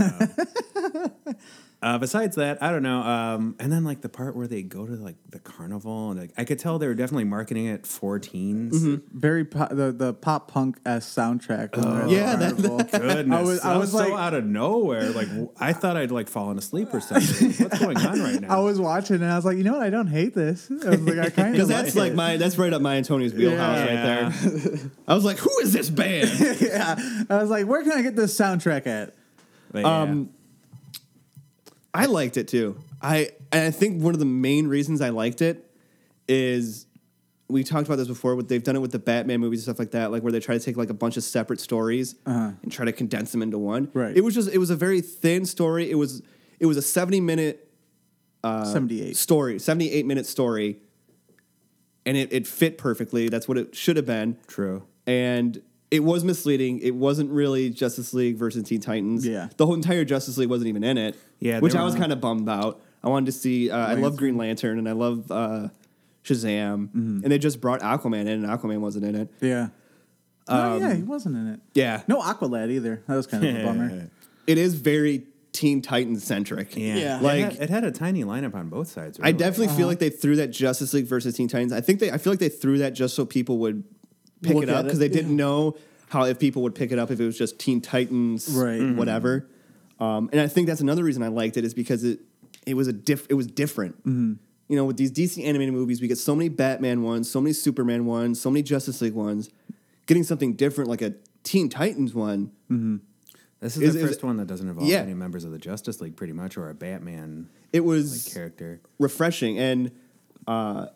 C: um, uh, besides that, I don't know. Um, and then like the part where they go to like the carnival, and like I could tell they were definitely marketing it for teens.
A: Mm-hmm.
D: very po- the the pop punk s soundtrack. when they're at the
A: Oh, Yeah, that-
D: carnival.
C: Goodness,
D: I was I was
C: so
D: like
C: out of nowhere. Like w- I thought I'd like fallen asleep or something. What's going on right now?
D: I was watching and I was like, you know what? I don't hate this. I was like, I kind of
A: Because that's like my that's right up my Antonio's wheelhouse
C: Yeah.
A: right there. I was like, who is this band?
D: I was like, where can I get this soundtrack at?
C: But, yeah.
A: um, I liked it too. I and I think one of the main reasons I liked it is we talked about this before. But they've done it with the Batman movies and stuff like that, like where they try to take like a bunch of separate stories and try to condense them into one.
D: Right.
A: It was just it was a very thin story. It was it was a seventy minute Uh,
D: 78.
A: story, 78 minute story, and it, it fit perfectly. That's what it should have been.
C: True.
A: And it was misleading. It wasn't really Justice League versus Teen Titans.
D: Yeah.
A: The whole entire Justice League wasn't even in it.
C: Yeah, they
A: Which I
C: were-
A: was kind of bummed about. I wanted to see, uh, I love Green Lantern and I love uh, Shazam.
C: Mm-hmm.
A: And they just brought Aquaman in and Aquaman wasn't in it.
D: Yeah. oh, yeah, he
A: um,
D: wasn't in it.
A: Yeah.
D: No Aqualad either. That was kind of a bummer.
A: It is very Teen Titan centric.
C: Yeah,
D: Yeah.
C: Like it
A: Like-
C: had, it had a tiny lineup on both sides.
A: I
C: really.
A: definitely feel
D: uh-huh.
A: like they threw that Justice League versus Teen Titans. I think they I feel like they threw that just so people would pick
D: Look
A: it up
D: at it,
A: because they didn't know how if people would pick it up if it was just Teen Titans,
D: Right. Mhm.
A: Whatever. Um, and I think that's another reason I liked it is because it it was a diff it was different.
D: Mm-hmm.
A: You know, with these DC animated movies, we get so many Batman ones, so many Superman ones, so many Justice League ones. Getting something different like a Teen Titans one,
C: this is,
A: is-
C: the
A: is-
C: first one that doesn't involve
A: Yeah.
C: any members of the Justice League, pretty much, or a Batman
A: it
C: like
A: was
C: character.
A: refreshing. And uh,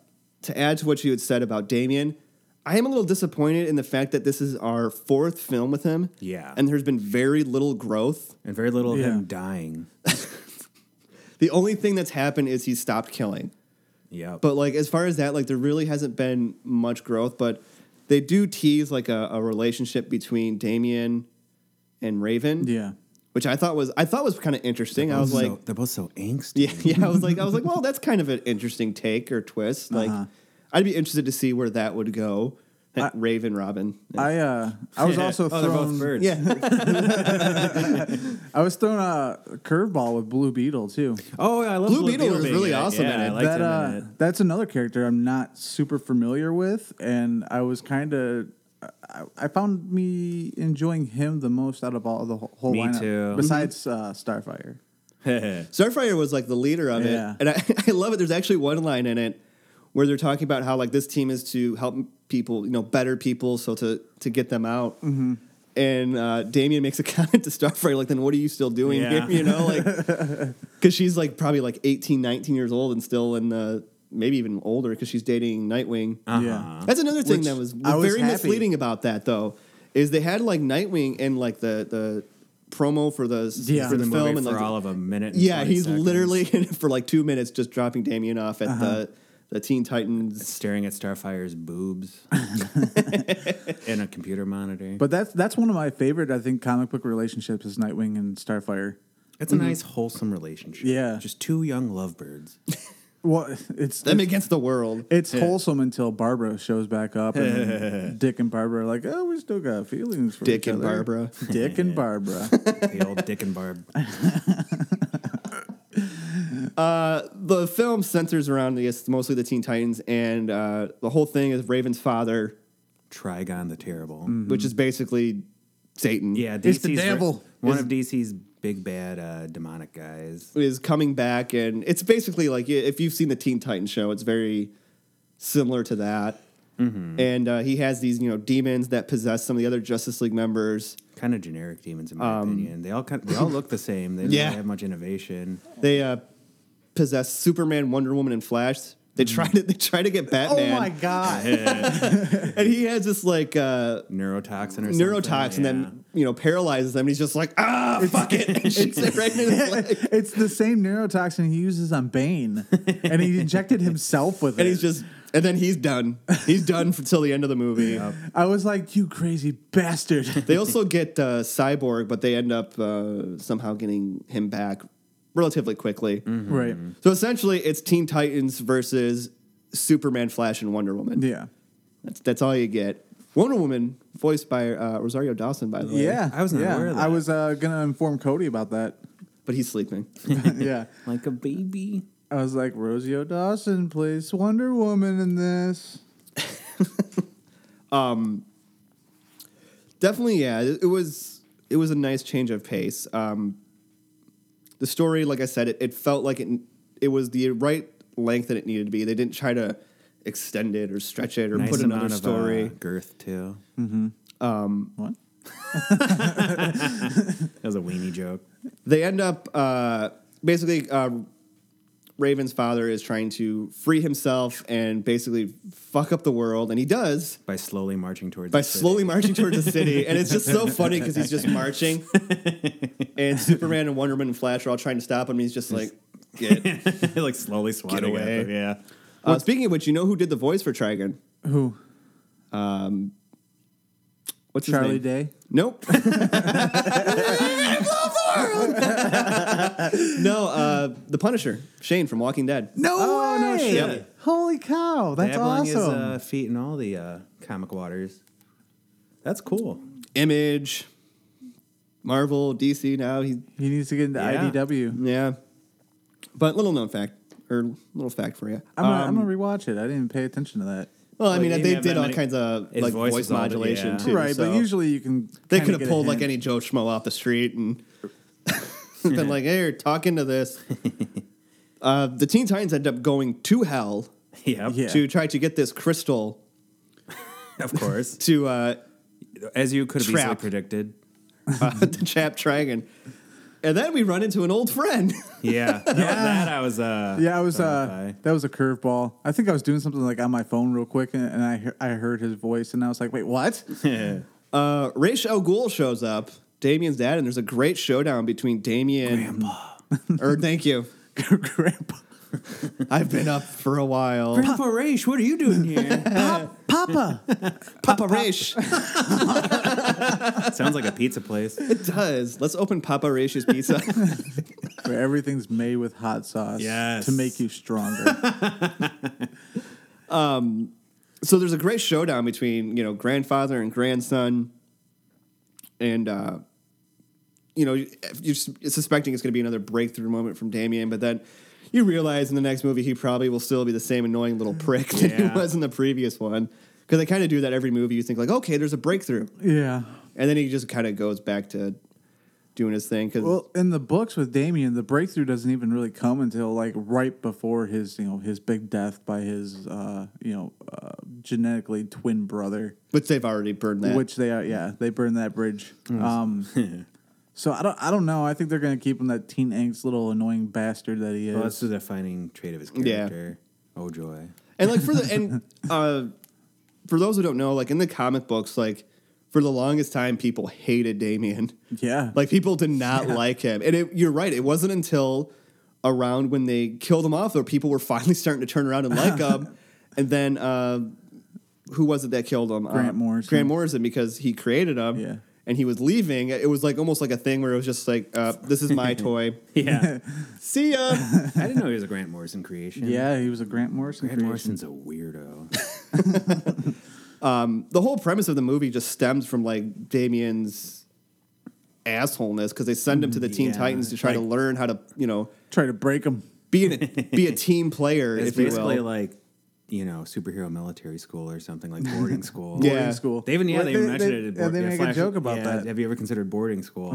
A: to add to what you had said about Damien, I am a little disappointed in the fact that this is our fourth film with him.
C: Yeah.
A: And there's been very little growth.
C: and very little of him
D: Yeah.
C: dying.
A: The only thing that's happened is he stopped killing.
C: Yeah,
A: But like as far as that, like there really hasn't been much growth, but they do tease like a, a relationship between Damien and Raven.
D: Yeah.
A: Which I thought was I thought was kind of interesting. I was like,
C: they're both so angsty.
A: Yeah, yeah. I was like, I was like, well, that's kind of an interesting take or twist. Like, I'd be interested to see where that would go. That Raven Robin.
D: I uh I was also
C: oh, they're both
D: thrown
C: birds.
A: yeah,
D: I was thrown a curveball with Blue Beetle too.
C: Oh, yeah, I love
A: Blue
C: Blue,
A: Beetle was
C: being
A: really
C: in it.
A: awesome
C: Yeah,
A: in it.
C: I liked
D: That
C: him
D: uh
C: in it.
D: that's another character I'm not super familiar with and I was kind of I, I found me enjoying him the most out of all the whole, whole
C: Me
D: lineup
C: too. Mm-hmm.
D: besides uh, Starfire.
A: uh, Starfire was like the leader of
D: Yeah.
A: it, and I, I love it. There's actually one line in it where they're talking about how like this team is to help people, you know, better people, so to to get them out. And uh, Damien makes a comment to Starfire, like, then what are you still doing
C: Yeah.
A: here? You know, like, because she's like probably like 18, 19 years old and still in the, maybe even older because she's dating Nightwing.
C: Uh-huh.
D: Yeah.
A: That's another thing
D: Which
A: that was,
D: I was
A: very
D: happy.
A: misleading about that though, is they had like Nightwing in like the the promo for the
D: Yeah.
A: for
C: in
A: the,
C: the,
A: film
C: movie
A: and like
C: for all of a minute. and
A: yeah,
C: 20
A: he's
C: seconds,
A: literally in it for like two minutes just dropping Damien off at
D: Uh-huh.
A: the the Teen Titans.
C: staring at Starfire's boobs. and a computer monitor.
D: But that's that's one of my favorite, I think, comic book relationships is Nightwing and Starfire.
C: it's
A: mm-hmm.
C: a nice wholesome relationship.
D: Yeah.
C: just two young lovebirds.
D: Well, it's
A: Them against the world.
D: it's wholesome until Barbara shows back up, and then Dick and Barbara are like, "Oh, we still got feelings for
A: Dick
D: each
A: and
D: other."
A: Barbara.
D: Dick and Barbara."
C: the old Dick and Barb.
A: Uh, the film centers around, I guess, mostly the Teen Titans, and uh, the whole thing is Raven's father,
C: Trigon the Terrible.
A: which is basically Satan.
C: Mm-hmm. Yeah,
D: It's the
C: DC's ver-
D: devil.
C: One of DC's big bad uh, demonic guys.
A: is coming back, and it's basically like if you've seen the Teen Titans show, it's very similar to that.
B: Mm-hmm.
A: And uh, he has these, you know, demons that possess some of the other Justice League members.
C: Kind of generic demons in my opinion. They all kind they all look the same. They don't
A: Um, Yeah.
C: really have much innovation.
A: They uh, possess Superman, Wonder Woman, and Flash. They try to they try to get Batman,
B: Mm-hmm. Oh my god!
A: and he has this like uh,
C: Neurotoxin or
A: neurotoxin
C: something.
A: that you know paralyzes him. And he's just like ah fuck it, and shoots it right in his leg.
D: it's the same neurotoxin he uses on Bane, and he injected himself with
A: And
D: it.
A: he's just, and then he's done. He's done until the end of the movie.
D: I was like, "You crazy bastard!"
A: They also get uh, Cyborg, but they end up uh, somehow getting him back relatively quickly.
C: Mm-hmm.
D: Right?
A: So essentially, it's Teen Titans versus Superman, Flash, and Wonder Woman.
D: Yeah.
A: That's, that's all you get. Wonder Woman, voiced by uh, Rosario Dawson, by the way.
D: Yeah,
C: I was not
D: yeah.
C: aware of
D: I
C: that.
D: was uh, gonna inform Cody about that.
A: But he's sleeping.
D: yeah,
C: like a baby.
D: I was like, Rosie O'Dawson plays Wonder Woman in this.
A: Definitely, yeah. It, it was it was a nice change of pace. Um, the story, like I said, it, it felt like it it was the right length that it needed to be. They didn't try to extend it or stretch it or
C: Nice
A: put another
C: amount
A: story. Mm-hmm. Um,
C: of uh, girth too.
D: What?
C: That was a weenie joke.
A: they end up uh, basically uh, Raven's father is trying to free himself and basically fuck up the world, and he does
C: By slowly marching towards
A: by
C: the city.
A: slowly marching towards the city. And it's just so funny because he's just marching, and Superman and Wonder Woman and Flash are all trying to stop him. And he's just like, "Get."
C: like slowly swatting
A: Get away.
C: at them, Yeah.
A: Uh, speaking of which, you know who did the voice for Trigon? Um,
D: Who?
A: What's his
D: Charlie
A: name?
D: Day.
A: Nope. no, uh, the Punisher, Shane from Walking Dead.
D: No
C: Oh, no
D: way!
C: shit.
D: Holy cow! That's
C: Dabbling his
D: awesome.
C: uh, feet in all the uh, comic waters. That's cool.
A: Image, Marvel, DC. Now he,
D: he needs to get into
C: Yeah.
D: IDW.
A: yeah. But little known fact or little fact for you.
D: I'm, gonna, I'm gonna
A: Um,
D: rewatch it. I didn't pay attention to that.
A: well, I mean,
C: Well, you
A: they
C: didn't have
A: did
C: that
A: all
C: many-
A: kinds of
C: His
A: like
C: voice
A: voice
C: is all-
A: modulation
C: yeah.
A: too.
D: right,
A: so
D: but usually you can.
A: they
D: kinda
A: could have
D: get a
A: pulled like
D: hint.
A: any Joe Schmo off the street and been like, "Hey, you're talking to this." uh, the Teen Titans end up going to hell
C: Yep.
D: Yeah.
A: to try to get this crystal
C: Of course.
A: to uh,
C: As you could have easily
A: Trap.
C: predicted.
A: uh, the chap Dragon, and then we run into an old friend.
C: Yeah. yeah. That I was. Uh,
D: Yeah, I was.
C: uh,
D: Uh, that was a curveball. I think I was doing something like on my phone real quick, and, and I he- I heard his voice, and I was like, "Wait, what?"
A: uh, Raish Al Ghul shows up, Damien's dad, and there's a great showdown between Damien. Grandpa. or thank you.
D: Grandpa,
A: I've been up for a while.
C: Grandpa Raish, what are you doing here?
D: Papa.
A: Papa Raish.
C: Sounds like a pizza place.
A: it does. Let's open Papa Raish's pizza.
D: Where everything's made with hot sauce
C: Yes.
D: to make you stronger.
A: so there's a great showdown between, you know, grandfather and grandson. And, uh, you know, you're sus- suspecting it's going to be another breakthrough moment from Damien, but then you realize in the next movie he probably will still be the same annoying little prick that he
C: Yeah.
A: was in the previous one. Because they kind of do that every movie. You think, like, okay, there's a breakthrough.
D: yeah.
A: And then he just kind of goes back to doing his thing. Because
D: Well, in the books with Damien, the breakthrough doesn't even really come until like right before his, you know, his big death by his, uh, you know, uh, genetically twin brother,
A: which they've already burned that.
D: which they are. Yeah, they burned that bridge.
C: Mm.
D: Um, so I don't, I don't know. I think they're gonna keep him that teen angst little annoying bastard that he is.
C: Well, that's the defining trait of his
A: Yeah.
C: character. Oh joy.
A: and like for the and uh, for those who don't know, like in the comic books, like for the longest time, people hated Damien.
D: yeah,
A: Like people did not like him. And it, you're right. It wasn't until around when they killed him off that people were finally starting to turn around and like him. And then uh, who was it that killed him? Uh,
D: Grant Morrison.
A: Grant Morrison, because he created him.
D: Yeah.
A: And he was leaving. It was like almost like a thing where it was just like, uh, "This is my toy.
C: Yeah,
A: See ya."
C: I didn't know he was a Grant Morrison creation.
D: Yeah, he was a Grant Morrison.
C: Grant
D: creation.
C: Morrison's a weirdo.
A: the whole premise of the movie just stems from like Damien's assholeness because they send him to the Teen
C: Mm, Yeah.
A: Titans to try to
C: Like-
A: learn how to, you know,
D: Try to break him.
A: be an, be a team player,
C: It's
A: if you
C: basically
A: will.
C: like you know superhero military school or something like boarding school.
A: Yeah.
D: Boarding school.
C: They even yeah
D: Well,
C: they, even mentioned it. at
D: yeah,
C: board-
D: they
C: yeah,
D: make
C: Flash-
D: a joke about
C: yeah,
D: that.
C: Have you ever considered boarding school?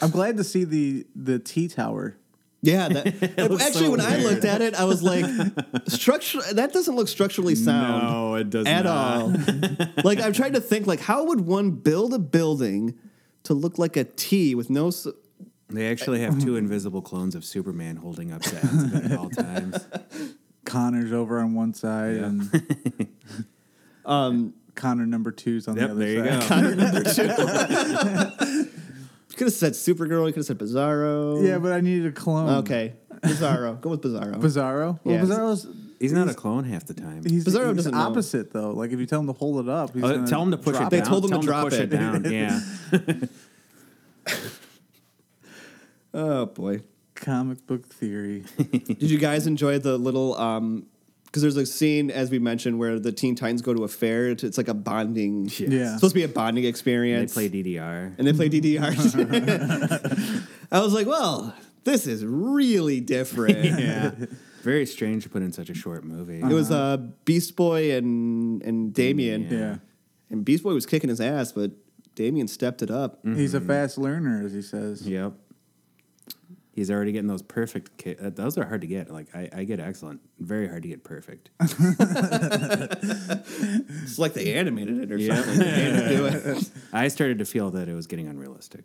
D: I'm glad to see the the T tower.
A: yeah, that, actually,
C: so
A: when I looked at it, I was like, structure that doesn't look structurally sound.
C: it does
A: at all. like I'm trying to think, like how would one build a building to look like a T with no? s
C: They actually have two invisible clones of Superman holding up signs at all times.
D: Connor's over on one side and um
A: um,
D: Connor number two's on
C: Yep,
D: the other
C: there you
D: side.
C: go.
A: You could have said Supergirl. You could have said Bizarro.
D: Yeah, but I needed a clone.
A: okay, Bizarro. Go with Bizarro.
D: Bizarro.
A: Yeah.
D: Well, Bizarro's
C: He's not a clone half the time.
D: he's,
A: Bizarro
D: he's
A: doesn't know.
D: opposite though. Like if you tell him to hold it up, he's
C: Oh,
D: gonna
C: tell him to push it down.
D: drop
A: They told him
C: Tell
A: to drop
C: push
A: it.
C: it down. Yeah.
A: oh boy.
D: Comic book theory.
A: Did you guys enjoy the little? um because there's a scene, as we mentioned, where the Teen Titans go to a fair. It's, it's like a bonding.
D: Yeah.
A: It's supposed to be a bonding
C: They
A: experience.
C: play DDR.
A: and they play DDR. I was like, well, this is really different.
C: Yeah. Very strange to put in such a short movie.
A: It was uh, Beast Boy and and Damien.
D: Yeah.
A: And Beast Boy was kicking his ass, but Damien stepped it up.
C: Mm.
D: He's a fast learner, as he says.
C: Yep. He's already getting those perfect. Ki- uh, those are hard to get. Like I, I get excellent. Very hard to get perfect.
A: It's like they animated it or
C: Yeah.
A: something. They had to do it.
C: I started to feel that it was getting unrealistic.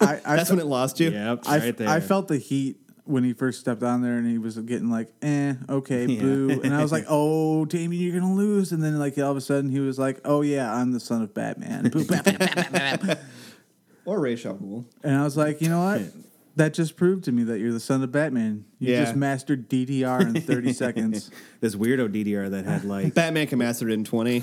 D: I, I
A: That's when it lost you.
C: Yep,
D: I,
C: right there.
D: I felt the heat when he first stepped on there, and he was getting like, "Eh, okay, boo," and I was like, "Oh, Damien, you're gonna lose." And then like all of a sudden, he was like, "Oh yeah, I'm the son of Batman," Boo, bap, bap, bap, bap, bap.
A: Or Ray Shovel.
D: and I was like, "You know what?" That just proved to me that you're the son of Batman. You
A: Yeah.
D: just mastered DDR in 30 seconds.
C: this weirdo DDR that had like
A: Batman can master it in 20.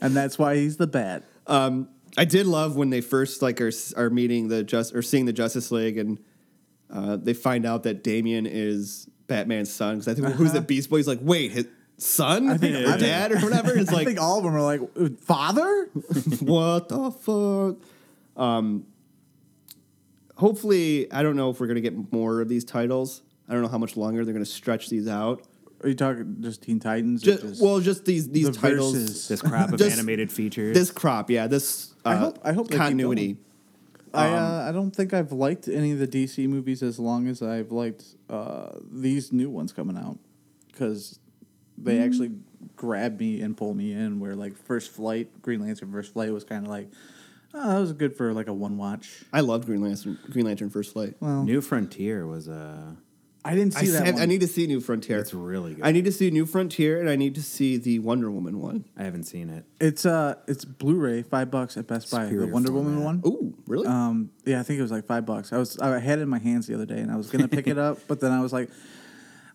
D: And that's why he's the bat.
A: I did love when they first like are, are meeting the just or seeing the Justice League and uh, they find out that Damien is Batman's son because I think who's the Beast Boy? He's like, wait, his son,
D: Uh-huh. I
A: or
D: think-
A: dad, or whatever. It's
D: I
A: like,
D: think all of them are like, "Father?"
A: what the fuck? Um, hopefully, I don't know if we're gonna get more of these titles. I don't know how much longer they're gonna stretch these out.
D: Are you talking just Teen Titans? or
A: Just,
D: just
A: well, just these these
D: the
A: titles,
D: verses?
C: this crop of
A: Just-
C: animated features.
A: this crop, yeah, this. Uh,
D: I hope- I hope they keep
A: continuity.
D: going. I uh, I don't think I've liked any of the DC movies as long as I've liked uh, these new ones coming out because they actually grabbed me and pulled me in. Where like First Flight, Green Lantern First Flight was kind of like, oh, that was good for like a one watch.
A: I loved Green Lantern. Green Lantern First Flight.
C: New Frontier was uh,
D: I didn't
A: I,
D: see that.
A: said-
D: one.
A: I need to see New Frontier.
C: It's really good.
A: I need to see New Frontier, and I need to see the Wonder Woman one.
C: I haven't seen it.
D: it's uh it's Blu-ray, five bucks at Best Buy. The
C: Superior
D: Wonder Woman
C: format.
D: one.
A: Ooh, really?
D: Um, yeah, I think it was like five bucks. I was I had it in my hands the other day, and I was gonna pick it up, but then I was like,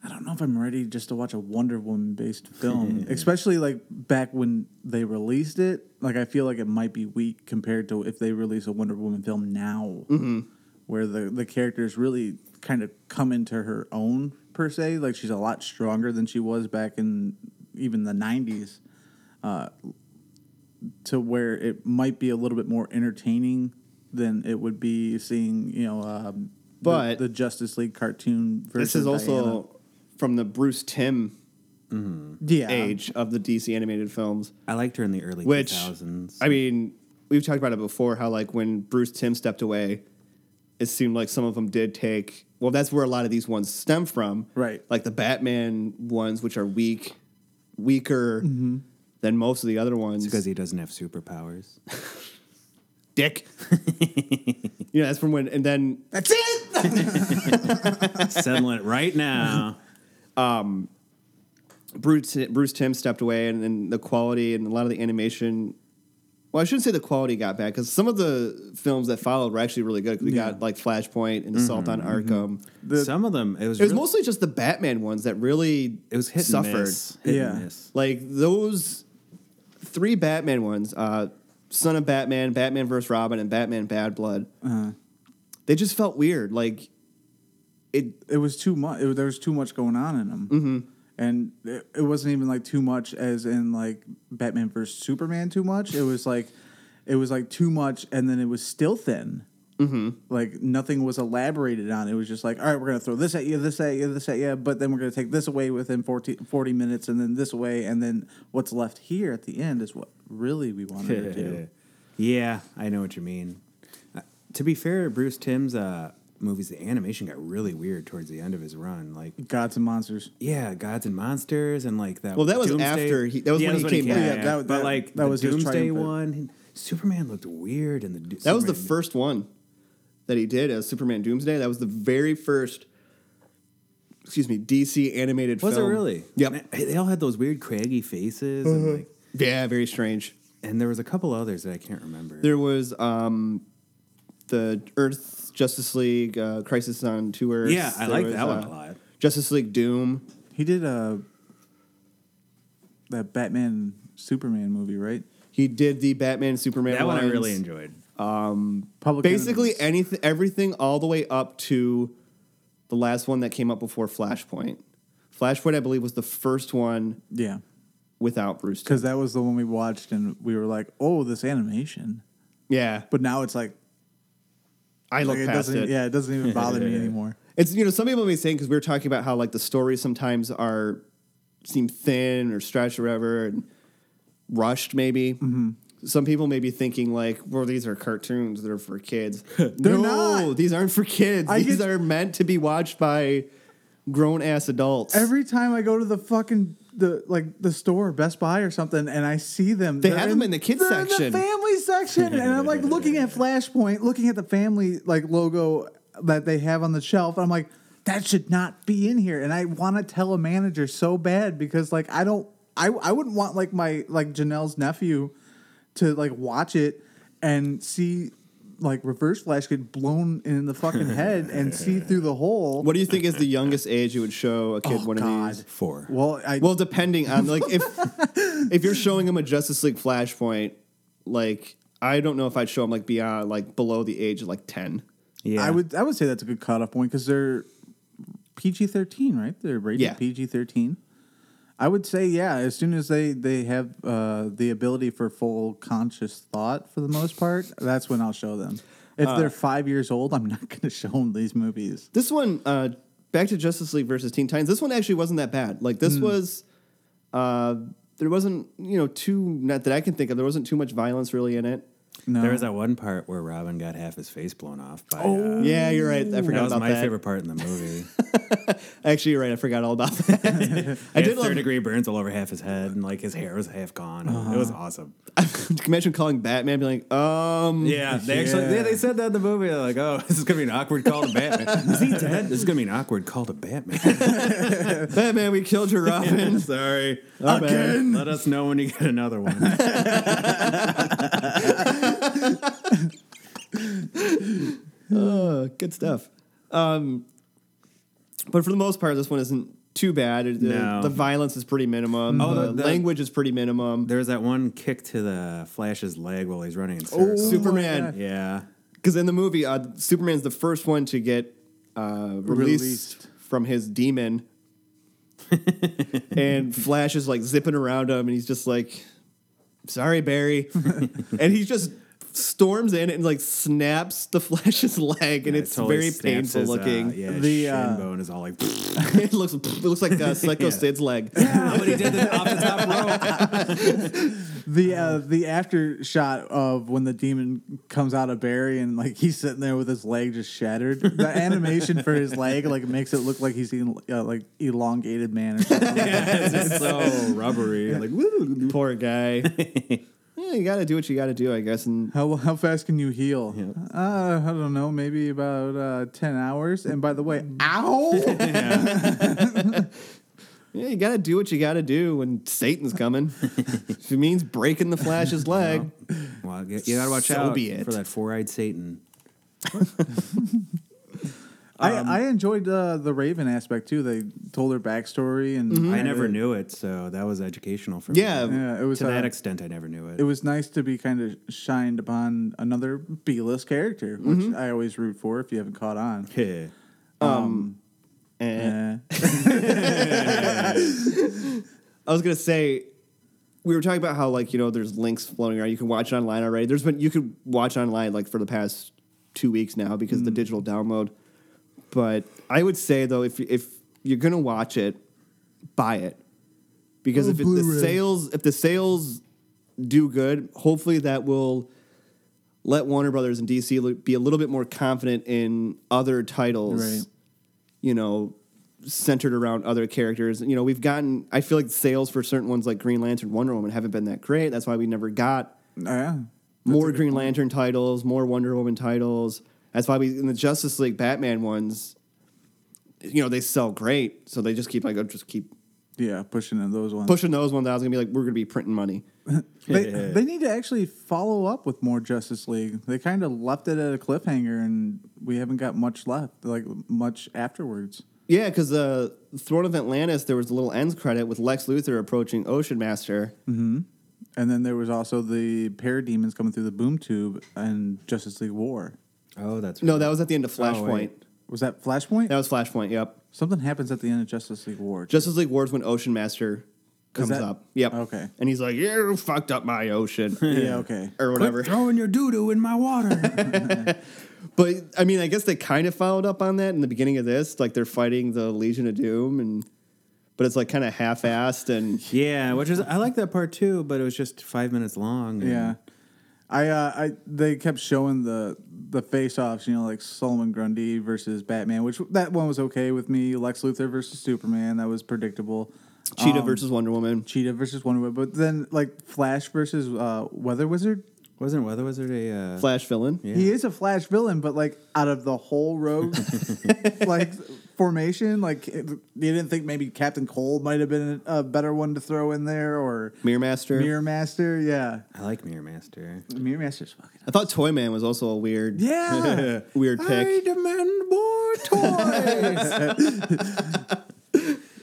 D: I don't know if I'm ready just to watch a Wonder Woman based film, especially like back when they released it. Like I feel like it might be weak compared to if they release a Wonder Woman film now, where the the characters really kind of come into her own per se. Like she's a lot stronger than she was back in even the '90s to where it might be a little bit more entertaining than it would be seeing, you know, um, the-
A: But-
D: the, Justice League cartoon version.
A: this is also from the Bruce Tim
D: Diana. yeah.
A: age of the DC animated films.
C: I liked her in the early
A: Which,
C: 2000s.
A: I mean, we've talked about it before how, like, when Bruce Tim stepped away, it seemed like some of them did take. Well, that's where a lot of these ones stem from.
D: Right.
A: Like the Batman ones, which are weak, weaker than most of the other ones.
C: because he doesn't have superpowers.
A: dick. you know, that's from when. And then
B: That's it.
C: Settling it right now.
A: Bruce Bruce Tim stepped away, and, and the quality and a lot of the animation Well, I shouldn't say the quality got bad because some of the films that followed were actually really good. 'cause We got like Flashpoint and Assault on Arkham.
C: Some of them,
A: It
C: it was
A: was
C: Mm-hmm, really-
A: mostly just the Batman ones that really
C: it was hit and
A: suffered.
C: miss, hit and
D: Yeah.
C: miss.
A: Like those three Batman ones, uh, Son of Batman, Batman vs. Robin, and Batman Bad Blood.
C: Uh-huh.
A: They just felt weird. Like it
D: it was too much. It, was- there was too much going on in them, mm-hmm. and it, it wasn't even like too much as in like Batman versus Superman. Too much. It was like, it was like too much, and then it was still thin. Mm-hmm. Like nothing was elaborated on. It was just like, all right, we're gonna throw this at you, this at you, this at you, but then we're gonna take this away within 40, 40 minutes, and then this away, and then what's left here at the end is what really we wanted to do.
C: yeah, I know what you mean. Uh, to be fair, Bruce Timm's uh, movies, the animation got really weird towards the end of his run. Like,
D: Gods and monsters.
C: yeah, Gods and Monsters, and like that.
A: Well, that was
C: Doomsday-
A: after he- that was
C: Yeah,
A: when he came back.
D: Yeah,
C: Yeah,
D: that-
C: but
D: that-
C: like
D: that
C: the
D: was his
C: Doomsday
D: triumphant-
C: one. Superman looked weird, and the Do-
A: that was the
C: Superman-
A: first one that he did as Superman Doomsday. That was the very first. Excuse me, DC animated
C: Was
A: film.
C: it really? Man,
A: Yep. Mm-hmm.
C: They all had those weird craggy faces, and like,
A: Yeah, very strange.
C: and there was a couple others that I can't remember.
A: There was um, the Earth Justice League uh, Crisis on Two Earths.
C: yeah, I
A: There
C: like
A: was,
C: that one
A: uh,
C: a lot.
A: Justice League Doom.
D: He did a that Batman Superman movie, right?
A: He did the Batman Superman.
C: That one I
A: ones.
C: really enjoyed.
D: Public
A: Basically
D: Enemies.
A: anything, everything, all the way up to the last one that came up before Flashpoint. Flashpoint, I believe, was the first one
D: Yeah,
A: without Bruce. Timm.
D: because that was the one we watched, and we were like, "Oh, this animation."
A: Yeah,
D: But now it's like,
A: I
D: like
A: look
D: it
A: past
D: doesn't. e-,
A: it.
D: Yeah, it doesn't even bother me anymore.
A: It's you know some people may be saying because we were talking about how like the stories sometimes are seem thin or stretched or whatever and rushed maybe.
D: Mm-hmm.
A: Some people may be thinking like, well, these are cartoons; they're for kids. no,
D: not.
A: these aren't for kids.
D: I
A: these
D: get-
A: are meant to be watched by grown ass adults.
D: Every time I go to the fucking the like the store, Best Buy or something, and I see them,
A: They
D: they're
A: have them in the kids
D: they're
A: section.
D: in the family section, and I'm like looking at Flashpoint, looking at the family like logo that they have on the shelf. I'm like, that should not be in here, and I want to tell a manager so bad because like I don't, I I wouldn't want like my like Janelle's nephew to like watch it and see. Like reverse flash get blown in the fucking head and see through the hole.
A: what do you think is the youngest age you would show a kid
D: Oh,
A: one of these?
C: Four.
D: Well, I
A: Well, depending on like if if you're showing them a Justice League Flashpoint, like I don't know if I'd show them like beyond like below the age of like ten.
C: yeah,
D: I would I would say that's a good cutoff point because they're PG thirteen, right? They're rated
A: Yeah.
D: PG thirteen. I would say yeah. As soon as they they have uh, the ability for full conscious thought for the most part, that's when I'll show them. If they're five years old, I'm not going to show them these movies.
A: This one, uh, back to Justice League versus Teen Titans. This one actually wasn't that bad. Like
C: Hmm.
A: this was, uh, there wasn't you know too not that I can think of. There wasn't too much violence really in it.
D: No,
C: There was that one part where Robin got half his face blown off by. uh,
A: yeah, you're right. Oh, I
C: that
A: forgot
C: was
A: about
C: my
A: that.
C: favorite part in the movie.
A: Actually, you're right. I forgot all about that. I
C: I
A: did
C: did
A: love.
C: third degree burns all over half his head, and like his hair was half gone. It
A: Uh-huh.
C: was awesome.
A: Imagine calling Batman, being like, um,
C: Yeah, they actually yeah, they said that in the movie. They're like, oh, this is gonna be an awkward call to Batman. is he dead? This is gonna be an awkward call to Batman.
A: Batman, we killed your Robin.
C: Sorry,
A: Our bad. Again?
C: Let us know when you get another one.
A: Uh, good stuff. Um, but for the most part, this one isn't too bad. It- The,
C: No.
A: the violence is pretty minimum.
C: Oh,
A: the,
C: the- the-
A: language is pretty minimum.
C: There's that one kick to the Flash's leg while he's running in
A: Oh.
C: circles.
A: Superman,
C: Yeah,
A: Because in the movie, uh, Superman's the first one to get uh, released,
D: Released.
A: from his demon, and Flash is like zipping around him, and he's just like, "Sorry, Barry," and he just storms in and like snaps the Flash's leg, and
C: Yeah, it
A: it's
C: totally
A: very
C: snaps
A: painful
C: his, uh,
A: looking.
C: yeah,
D: The,
C: shin
D: uh,
C: bone is all like.
A: it looks it looks like uh, Psycho Sid's leg.
C: Yeah, but he did it off the top rope.
D: the uh, the after shot of when the demon comes out of Barry and like he's sitting there with his leg just shattered. The animation for his leg like makes it look like he's in uh, like elongated man. Or something.
C: it's so rubbery. Like, woo.
A: Poor guy. yeah, you got to do what you got to do, I guess. And
D: How how fast can you heal? Uh, I don't know, maybe about uh, ten hours. And by the way, ow!
A: Yeah, you gotta do what you gotta do when Satan's coming. if it means breaking the Flash's leg,
C: Well, you, you gotta watch
A: So
C: out
A: be it.
C: for that four-eyed Satan. Um,
D: I, I enjoyed uh, the Raven aspect too. They told her backstory, and
C: Mm-hmm. I never knew it, so that was educational for
A: Yeah.
C: me.
D: Yeah, it was
C: to that
D: uh,
C: extent, I never knew it.
D: it was nice to be kind of shined upon another B-list character, which
C: Mm-hmm.
D: I always root for. If you haven't caught on,
C: Yeah.
A: and
D: Eh.
A: I was gonna say, we were talking about how like you know there's links floating around. You can watch it online already. There's been you could watch online like for the past two weeks now because of the digital download. But I would say though, if if you're gonna watch it, buy it because if it, the
B: Blu-ray.
A: sales if the sales do good, hopefully that will let Warner Brothers and DC lo- be a little bit more confident in other titles
D: Right.
A: you know, centered around other characters. You know, we've gotten, I feel like sales for certain ones like Green Lantern, Wonder Woman haven't been that great. That's why we never got
D: yeah,
A: more Green Lantern titles, more Wonder Woman titles. That's why we, in the Justice League Batman ones, you know, they sell great. So they just keep like, just keep
D: yeah, pushing in those ones.
A: pushing those ones out. It's gonna be like, we're gonna be printing money.
D: They, they need to actually follow up with more Justice League. They kind of left it at a cliffhanger, and we haven't got much left, like much afterwards.
A: Yeah, because the Throne of Atlantis, there was a little ends credit with Lex Luthor approaching Ocean Master.
D: And then there was also the parademons coming through the boom tube and Justice League War. Oh,
C: Oh, that's
A: No,
C: right.
A: that was at the end of
C: wait.
A: Flashpoint.
D: Was that Flashpoint?
A: that was Flashpoint, yep.
D: Something happens at the end of Justice League War.
A: Justice League Wars when Ocean Master comes
D: that-
A: up. Yep.
D: Okay.
A: And he's like, "You fucked up my ocean."
D: yeah, okay.
A: Or whatever.
C: Quit throwing your doo doo in my water.
A: But I mean, I guess they kind of followed up on that in the beginning of this. Like they're fighting the Legion of Doom, and but it's like kind of half-assed, and
C: yeah, which is I like that part too, but it was just five minutes long. and-
D: Yeah. I, uh, I they kept showing the the face offs, you know, like Solomon Grundy versus Batman, which that one was okay with me. Lex Luthor versus Superman, that was predictable.
A: Cheetah versus Wonder Woman.
D: Cheetah versus Wonder Woman, but then like Flash versus uh, Weather Wizard.
C: Wasn't Weather Wizard a uh,
A: Flash villain. Yeah.
D: He is a Flash villain, but like out of the whole rogue like formation, like it- you didn't think maybe Captain Cold might have been a better one to throw in there or
A: Mirror Master.
D: Mirror Master, yeah.
C: I like Mirror Master.
D: Mirror Master's fucking
A: I thought Toyman was also a weird,
D: Yeah.
A: weird pick.
C: demand more toys.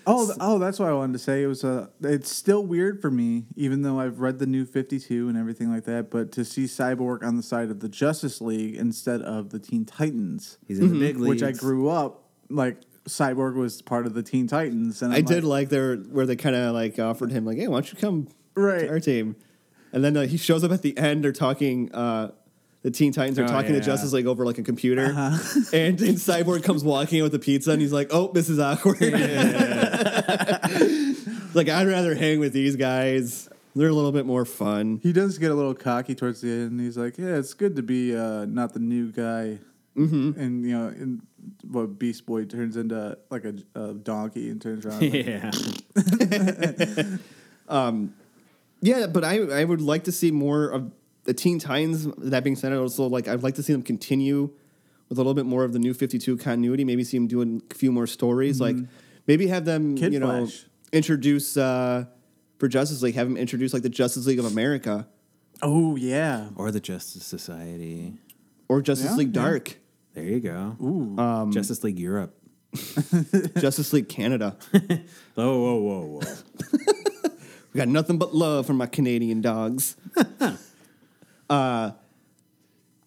D: Oh, th- oh, that's what I wanted to say. It was uh, it's still weird for me, even though I've read the new Fifty Two and everything like that. But to see Cyborg on the side of the Justice League instead of the Teen Titans,
C: He's in the big leagues.
D: which I grew up like Cyborg was part of the Teen Titans, and
A: I
D: I'm
A: did
D: like,
A: like their where they kind of like offered him like, "Hey, why don't you come
D: Right.
A: to our team?" And then uh, he shows up at the end. They're talking. Uh, the Teen Titans are
C: Oh,
A: talking
C: yeah.
A: to Justice League over like a computer,
D: Uh-huh.
A: and, and Cyborg comes walking in with a pizza, and he's like, "Oh, this is awkward." like I'd rather hang with these guys. They're a little bit more fun.
D: he does get a little cocky towards the end. He's like, "Yeah, it's good to be uh, not the new guy," mm-hmm. and you know, and what Beast Boy turns into like a, a donkey and turns around.
C: yeah.
A: Yeah, but I I would like to see more of the Teen Titans. That being said, I also like I'd like to see them continue with a little bit more of the new Fifty Two continuity. Maybe see them doing a few more stories. Like maybe have them
D: Mm-hmm. Kid
A: you know
D: Flash.
A: introduce uh, for Justice League. Have them introduce like the Justice League of America
D: Oh yeah,
C: Or the Justice Society.
A: or Justice
D: Yeah,
A: League
D: yeah.
A: Dark,
C: There you go. Ooh.
D: Um,
C: Justice League Europe.
A: Justice League Canada.
C: Oh, whoa, whoa, whoa.
A: We got nothing but love for my Canadian dogs. uh,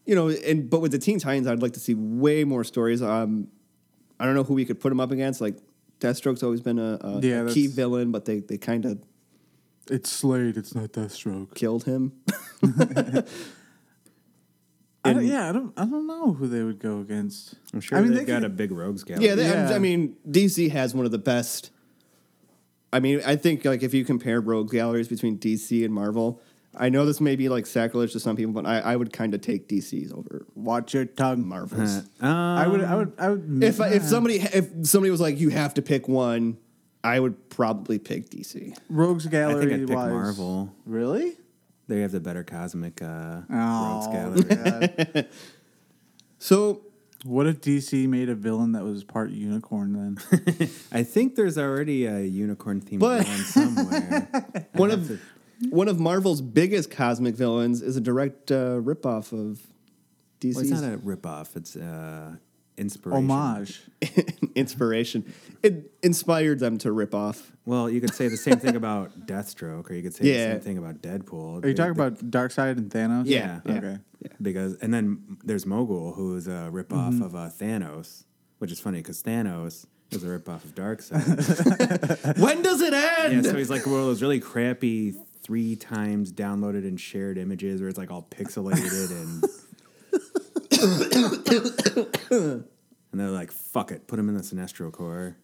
A: you know, and but with the Teen Titans, I'd like to see way more stories. Um, I don't know who we could put them up against. Like, Deathstroke's always been a, a- a
D: Yeah,
A: key
D: that's-
A: villain, but they they kind of
D: it's Slade. It's not Deathstroke.
A: killed him.
D: I don't, yeah, I don't, I don't know who they would go against.
C: I'm sure
D: I mean,
C: they've
D: they
C: got
D: could-
C: a big rogues gallery.
A: yeah, they, I'm-
D: Yeah.
A: I mean, DC has one of the best. I mean, I think like if you compare rogue galleries between DC and Marvel, I know this may be like sacrilege to some people, but I, I would kind of take DC's over
D: Watch your tongue,
A: Marvel's.
C: Um,
D: I would, I would, I would.
A: if I, if somebody if somebody was like you have to pick one, I would probably pick DC.
D: Rogues
C: I
D: Gallery
C: think I'd pick
D: wise,
C: Marvel.
D: Really?
C: They have the better cosmic uh,
D: Oh,
C: rogues gallery.
D: God.
A: So
D: What if DC made a villain that was part unicorn then?
C: I think there's already a unicorn themed
A: But-
C: villain somewhere.
A: One of one of Marvel's biggest cosmic villains is a direct uh, ripoff of DC's
C: well, it's not a ripoff. It's uh, inspiration.
D: Homage.
A: inspiration. It inspired them to rip off.
C: Well, you could say the same thing about Deathstroke, or you could say
A: Yeah.
C: the same thing about Deadpool.
D: Are you
C: They-
D: talking
C: they-
D: about Darkseid and Thanos?
A: Yeah, yeah.
D: Okay.
C: Because and then there's Mogul, who is a ripoff of uh, Thanos, which is funny because Thanos is a ripoff of Darkseid.
A: When does it
C: yeah,
A: end?
C: so he's like one of those really crappy three times downloaded and shared images where it's like all pixelated and. And they're like, "Fuck it, put him in the Sinestro Corps."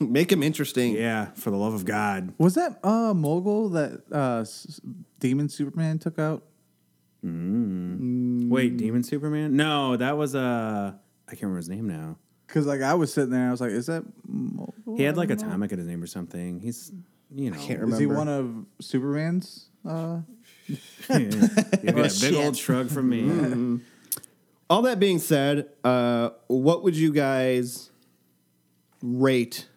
A: Make him interesting.
C: Yeah, for the love of God.
D: Was that uh Mogul that uh S- Demon Superman took out?
C: Wait, Demon Superman? No, that was Uh, I can't remember his name now.
D: Cause like I was sitting there, and I was like, is that Mogul?
C: He had like atomic in his name or something. He's, you know,
A: can't
D: Is he
A: Remember.
D: one of Superman's? Uh,
C: you got a big old shrug from me.
A: Mm. All that being said, uh, what would you guys rate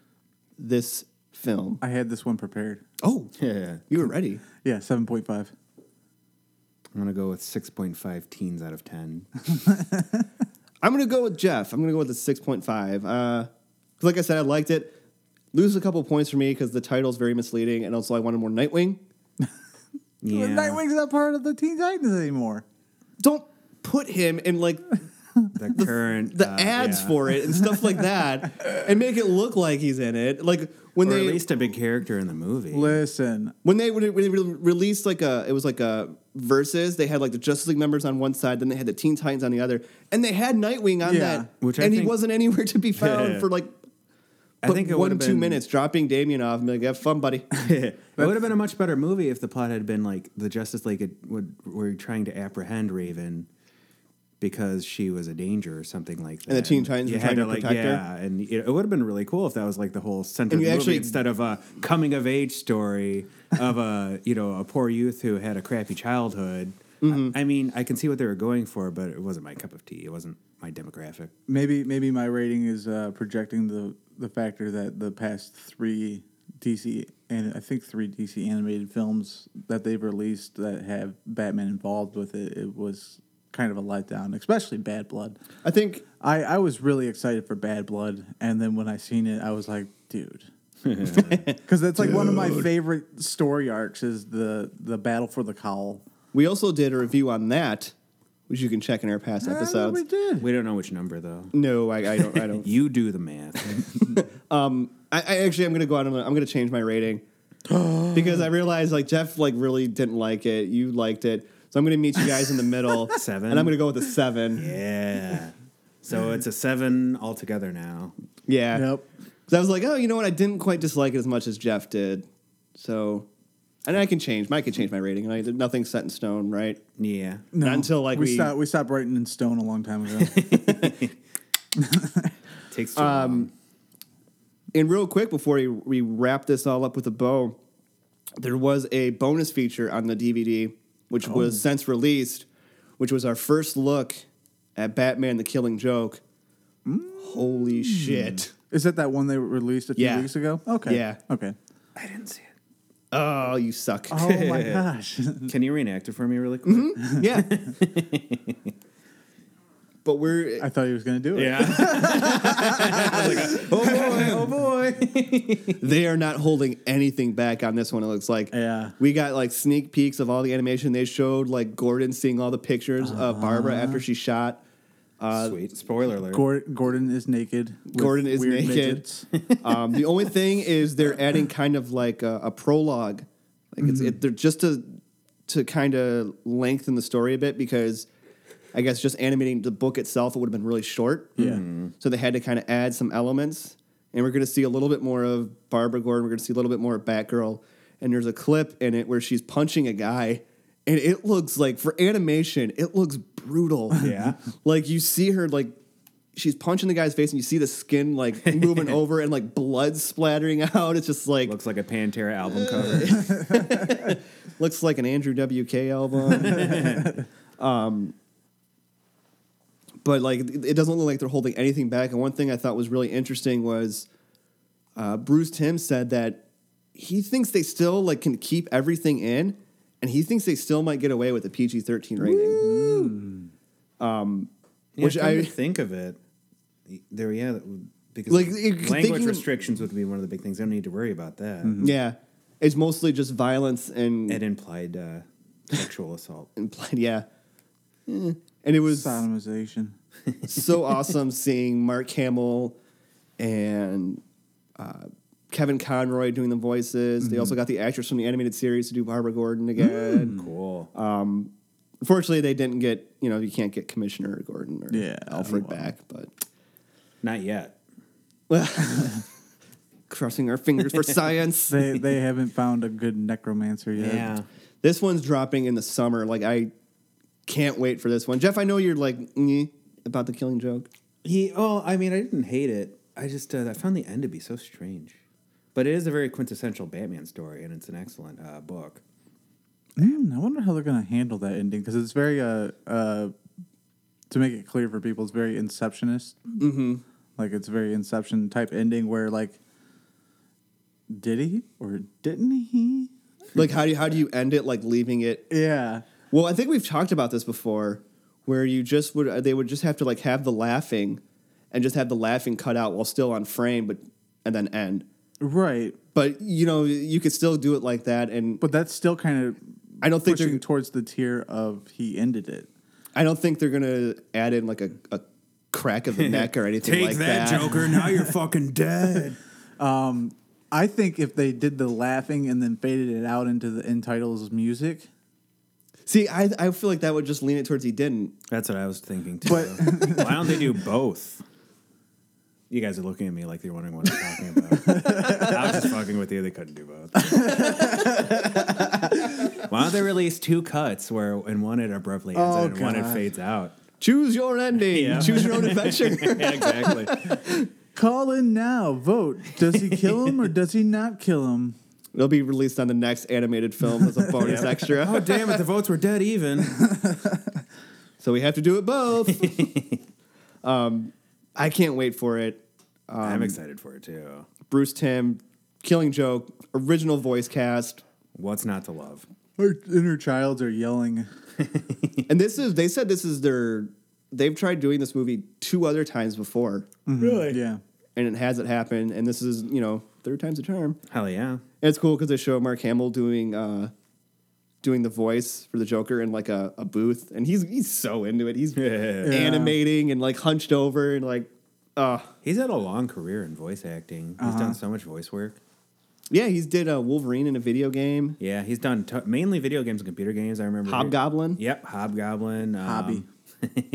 A: this film?
D: I had this one prepared.
A: Oh,
C: Yeah,
A: you were ready.
D: Yeah, seven point five.
C: I'm gonna go with 6.5 teens out of 10.
A: I'm gonna go with Jeff. I'm gonna go with the 6.5. Uh, 'cause like I said, I liked it. Lose a couple points for me because the title's very misleading, and also I wanted more Nightwing.
C: Yeah,
D: Nightwing's not part of the Teen Titans anymore.
A: Don't put him in like
C: the current
A: the
C: uh,
A: ads
C: yeah.
A: for it and stuff like that, and make it look like he's in it. Like when
C: or
A: they
C: at least a big character in the movie.
D: Listen,
A: when they when they re- released like a it was like a versus they had like the Justice League members on one side then they had the Teen Titans on the other and they had Nightwing on
D: Yeah.
A: that
C: Which I
A: and he
C: think-
A: wasn't anywhere to be found for like
C: I
A: but
C: think it
A: one
C: would've
A: two
C: been-
A: minutes dropping Damien off and be like have fun buddy
C: it would have been a much better movie if the plot had been like the Justice League had, would, were trying to apprehend Raven because she was a danger or something like that.
A: the Teen Titans
C: You
A: were
C: had
A: trying to
C: like,
A: protect her?
C: Yeah, and it, it would have been really cool if that was like the whole center of
A: you
C: the
A: actually-
C: movie instead of a coming of age story of a you know a poor youth who had a crappy childhood.
A: Mm-hmm.
C: I, I mean, I can see what they were going for, but it wasn't my cup of tea. It wasn't my demographic.
D: maybe maybe my rating is uh, projecting the the factor that the past three DC and I think three DC animated films that they've released that have Batman involved with it, it was kind of a letdown, especially Bad Blood.
A: I think
D: I, I was really excited for Bad Blood, and then when I seen it, I was like, dude. Because that's like one of my favorite story arcs is the the battle for the cowl.
A: we also did a review on that which you can check in our past
D: Yeah, we
A: episodes
D: did.
C: We don't know which number though.
A: no I, I don't I don't
C: You do the math.
A: I, I actually I'm gonna go out and I'm gonna change my rating because I realized like Jeff like really didn't like it. You liked it, so I'm gonna meet you guys in the middle.
C: Seven.
A: and I'm gonna go with a seven. Yeah,
C: yeah. So it's a seven altogether now.
D: Yep.
A: 'Cause I was like, oh, you know what? I didn't quite dislike it as much as Jeff did. So, and I can change. I can change my rating. Like, nothing's set in stone, right?
C: Yeah.
A: Not until like
D: we
A: we.
D: stopped we stopped writing in stone a long time ago.
C: Takes too
A: Um,
C: long.
A: and real quick before we, we wrap this all up with a bow there was a bonus feature on the dvd
D: Oh.
A: which was since released which was our first look at batman the killing joke
D: Mm.
A: holy shit
D: Is that that one they released a few
A: Yeah.
D: weeks ago? Okay.
A: Yeah.
D: Okay.
C: I didn't see it.
A: oh you suck
D: Oh my gosh.
C: Can you reenact it for me really quick?
A: yeah but we're
D: I thought he was gonna do it.
C: Yeah.
A: oh boy oh boy they are not holding anything back on this one it looks like
D: Yeah.
A: we got like sneak peeks of all the animation they showed like gordon seeing all the pictures of
D: Uh-huh.
A: barbara after she shot Uh,
C: Sweet. Spoiler alert.
D: Gor- Gordon is naked. with
A: Gordon is
D: weird
A: naked.
D: midgets.
A: Um, the only thing is they're adding kind of like a, a prologue, like it's it, they're just to to kind of lengthen the story a bit because I guess just animating the book itself it would have been really short.
D: Yeah.
A: So they had to kind of add some elements, and we're going to see a little bit more of Barbara Gordon. We're going to see a little bit more of Batgirl, and there's a clip in it where she's punching a guy. And it looks like for animation, it looks brutal.
C: Yeah.
A: like you see her like she's punching the guy's face and you see the skin like moving over and like blood splattering out. It's just like
C: Looks like a Pantera album cover.
A: looks like an Andrew WK album. um, but like it doesn't look like they're holding anything back. And one thing I thought was really interesting was uh, Bruce Tim said that he thinks they still like can keep everything in, and he thinks they still might get away with a PG thirteen rating.
C: Yeah,
A: Which
C: come
A: I-
C: to think of it, there, yeah, that would- because
A: Like, you-
C: language
A: thinking- Mm-hmm.
C: restrictions would be one of the big things. I don't need to worry about that.
A: Yeah, it's mostly just violence and
C: It implied uh, sexual assault.
A: and blood, yeah. Eh. And it was
D: Sodomization.
A: so awesome seeing Mark Hamill and uh, Kevin Conroy doing the voices. They also got the actress from the animated series to do Barbara Gordon
C: Mm.
A: again.
C: Cool. Uh,
A: Fortunately, they didn't get you know you can't get Commissioner Gordon or
D: Yeah,
A: Alfred
D: wow.
A: back, but
C: Not yet.
A: crossing our fingers for science.
D: They they haven't found a good necromancer yet.
A: This one's dropping in the summer. Like I can't wait for this one, Jeff. I know you're like meh about the Killing Joke.
C: He. Oh, I mean, I didn't hate it. I just uh, I found the end to be so strange, but it is a very quintessential Batman story, and it's an excellent uh, book.
D: Mm, I wonder how they're gonna handle that ending because it's very uh uh to make it clear for people, it's very inceptionist. Mm-hmm. Like it's very inception type ending where like did he or didn't he?
A: Like how do you, how do you end it? Like leaving it
D: Yeah.
A: Well, I think we've talked about this before, where you just would uh, they would just have to like have the laughing, and just have the laughing cut out while still on frame, but and then end.
D: Right.
A: But you know you could still do it like that, and
D: But that's still kind of
A: I don't think they're-
D: pushing towards the tier of he ended it.
A: I don't think they're gonna add in like a, a crack of the neck or anything like that.
C: Joker. Now you're fucking dead.
D: I think if they did the laughing and then faded it out into the end titles music,
A: See, I I feel like that would just lean it towards he didn't.
C: That's what I was thinking too.
D: But-
C: Why don't they do both? You guys are looking at me like you're wondering what I'm talking about. I was just fucking with you. They couldn't do both. Why don't they release two cuts where in one it abruptly ends
D: Oh,
C: and in one it
D: God.
C: fades out?
A: Choose your ending.
C: Yeah.
A: Choose your own adventure.
C: Yeah, exactly.
A: Um,
D: call in now, vote. Does he kill him or does he not kill him?
A: It'll be released on the next animated film as a bonus extra.
C: oh damn it! The votes were dead even.
A: So we have to do it both. um, I can't wait for it.
C: I'm excited for it too.
A: Bruce Tim, Killing Joke, original voice cast.
C: What's not to love?
D: Our inner childs are yelling.
A: And this is they said this is their they've tried doing this movie two other times before
C: Really?
D: Mm-hmm. Yeah.
A: and it hasn't happened and this is, you know, third time's a charm.
C: Hell yeah!
A: And it's cool cuz they show Mark Hamill doing uh doing the voice for the Joker in like a, a booth and he's he's so into it. He's animating and like hunched over and like uh
C: He's had a long career in voice acting. He's
A: Uh-huh.
C: done so much voice work.
A: yeah, he's did a Wolverine in a video game,
C: Yeah, he's done t- mainly video games and computer games. I remember.
A: Hobgoblin.
C: Yep, Hobgoblin. Um, Hobby.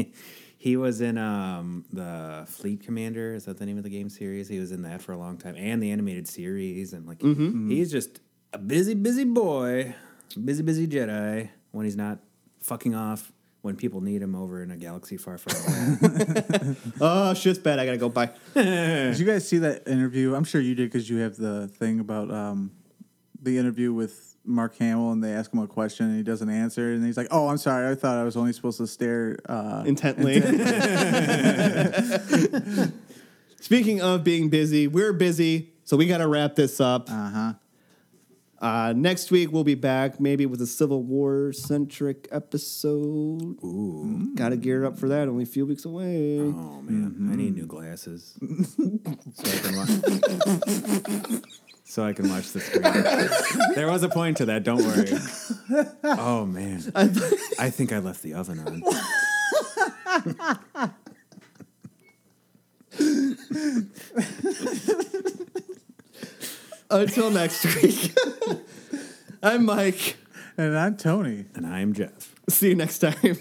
C: he was in um, the Fleet Commander. Is that the name of the game series? He was in that for a long time, and the animated series. And like, he's just a busy, busy boy, busy, busy Jedi. When he's not fucking off, when people need him over in a galaxy far, far away.
A: Oh, shit's bad. I got to go buy.
D: Did you guys see that interview? I'm sure you did because you have the thing about um, the interview with Mark Hamill and they ask him a question and he doesn't answer and he's like, "Oh, I'm sorry. I thought I was only supposed to stare." Uh,
A: intently. Speaking of being busy, we're busy, so we got to wrap this up.
D: uh huh.
A: Uh, next week we'll be back, maybe with a Civil War centric episode. Ooh, got to gear up for that. Only a few weeks away.
C: oh man, I need new glasses so I can watch. So I can watch the screen. there was a point to that. Don't worry. Oh man, I think I left the oven on.
A: Until next week, I'm Mike.
D: And I'm Tony.
C: And I'm Jeff.
A: See you next time.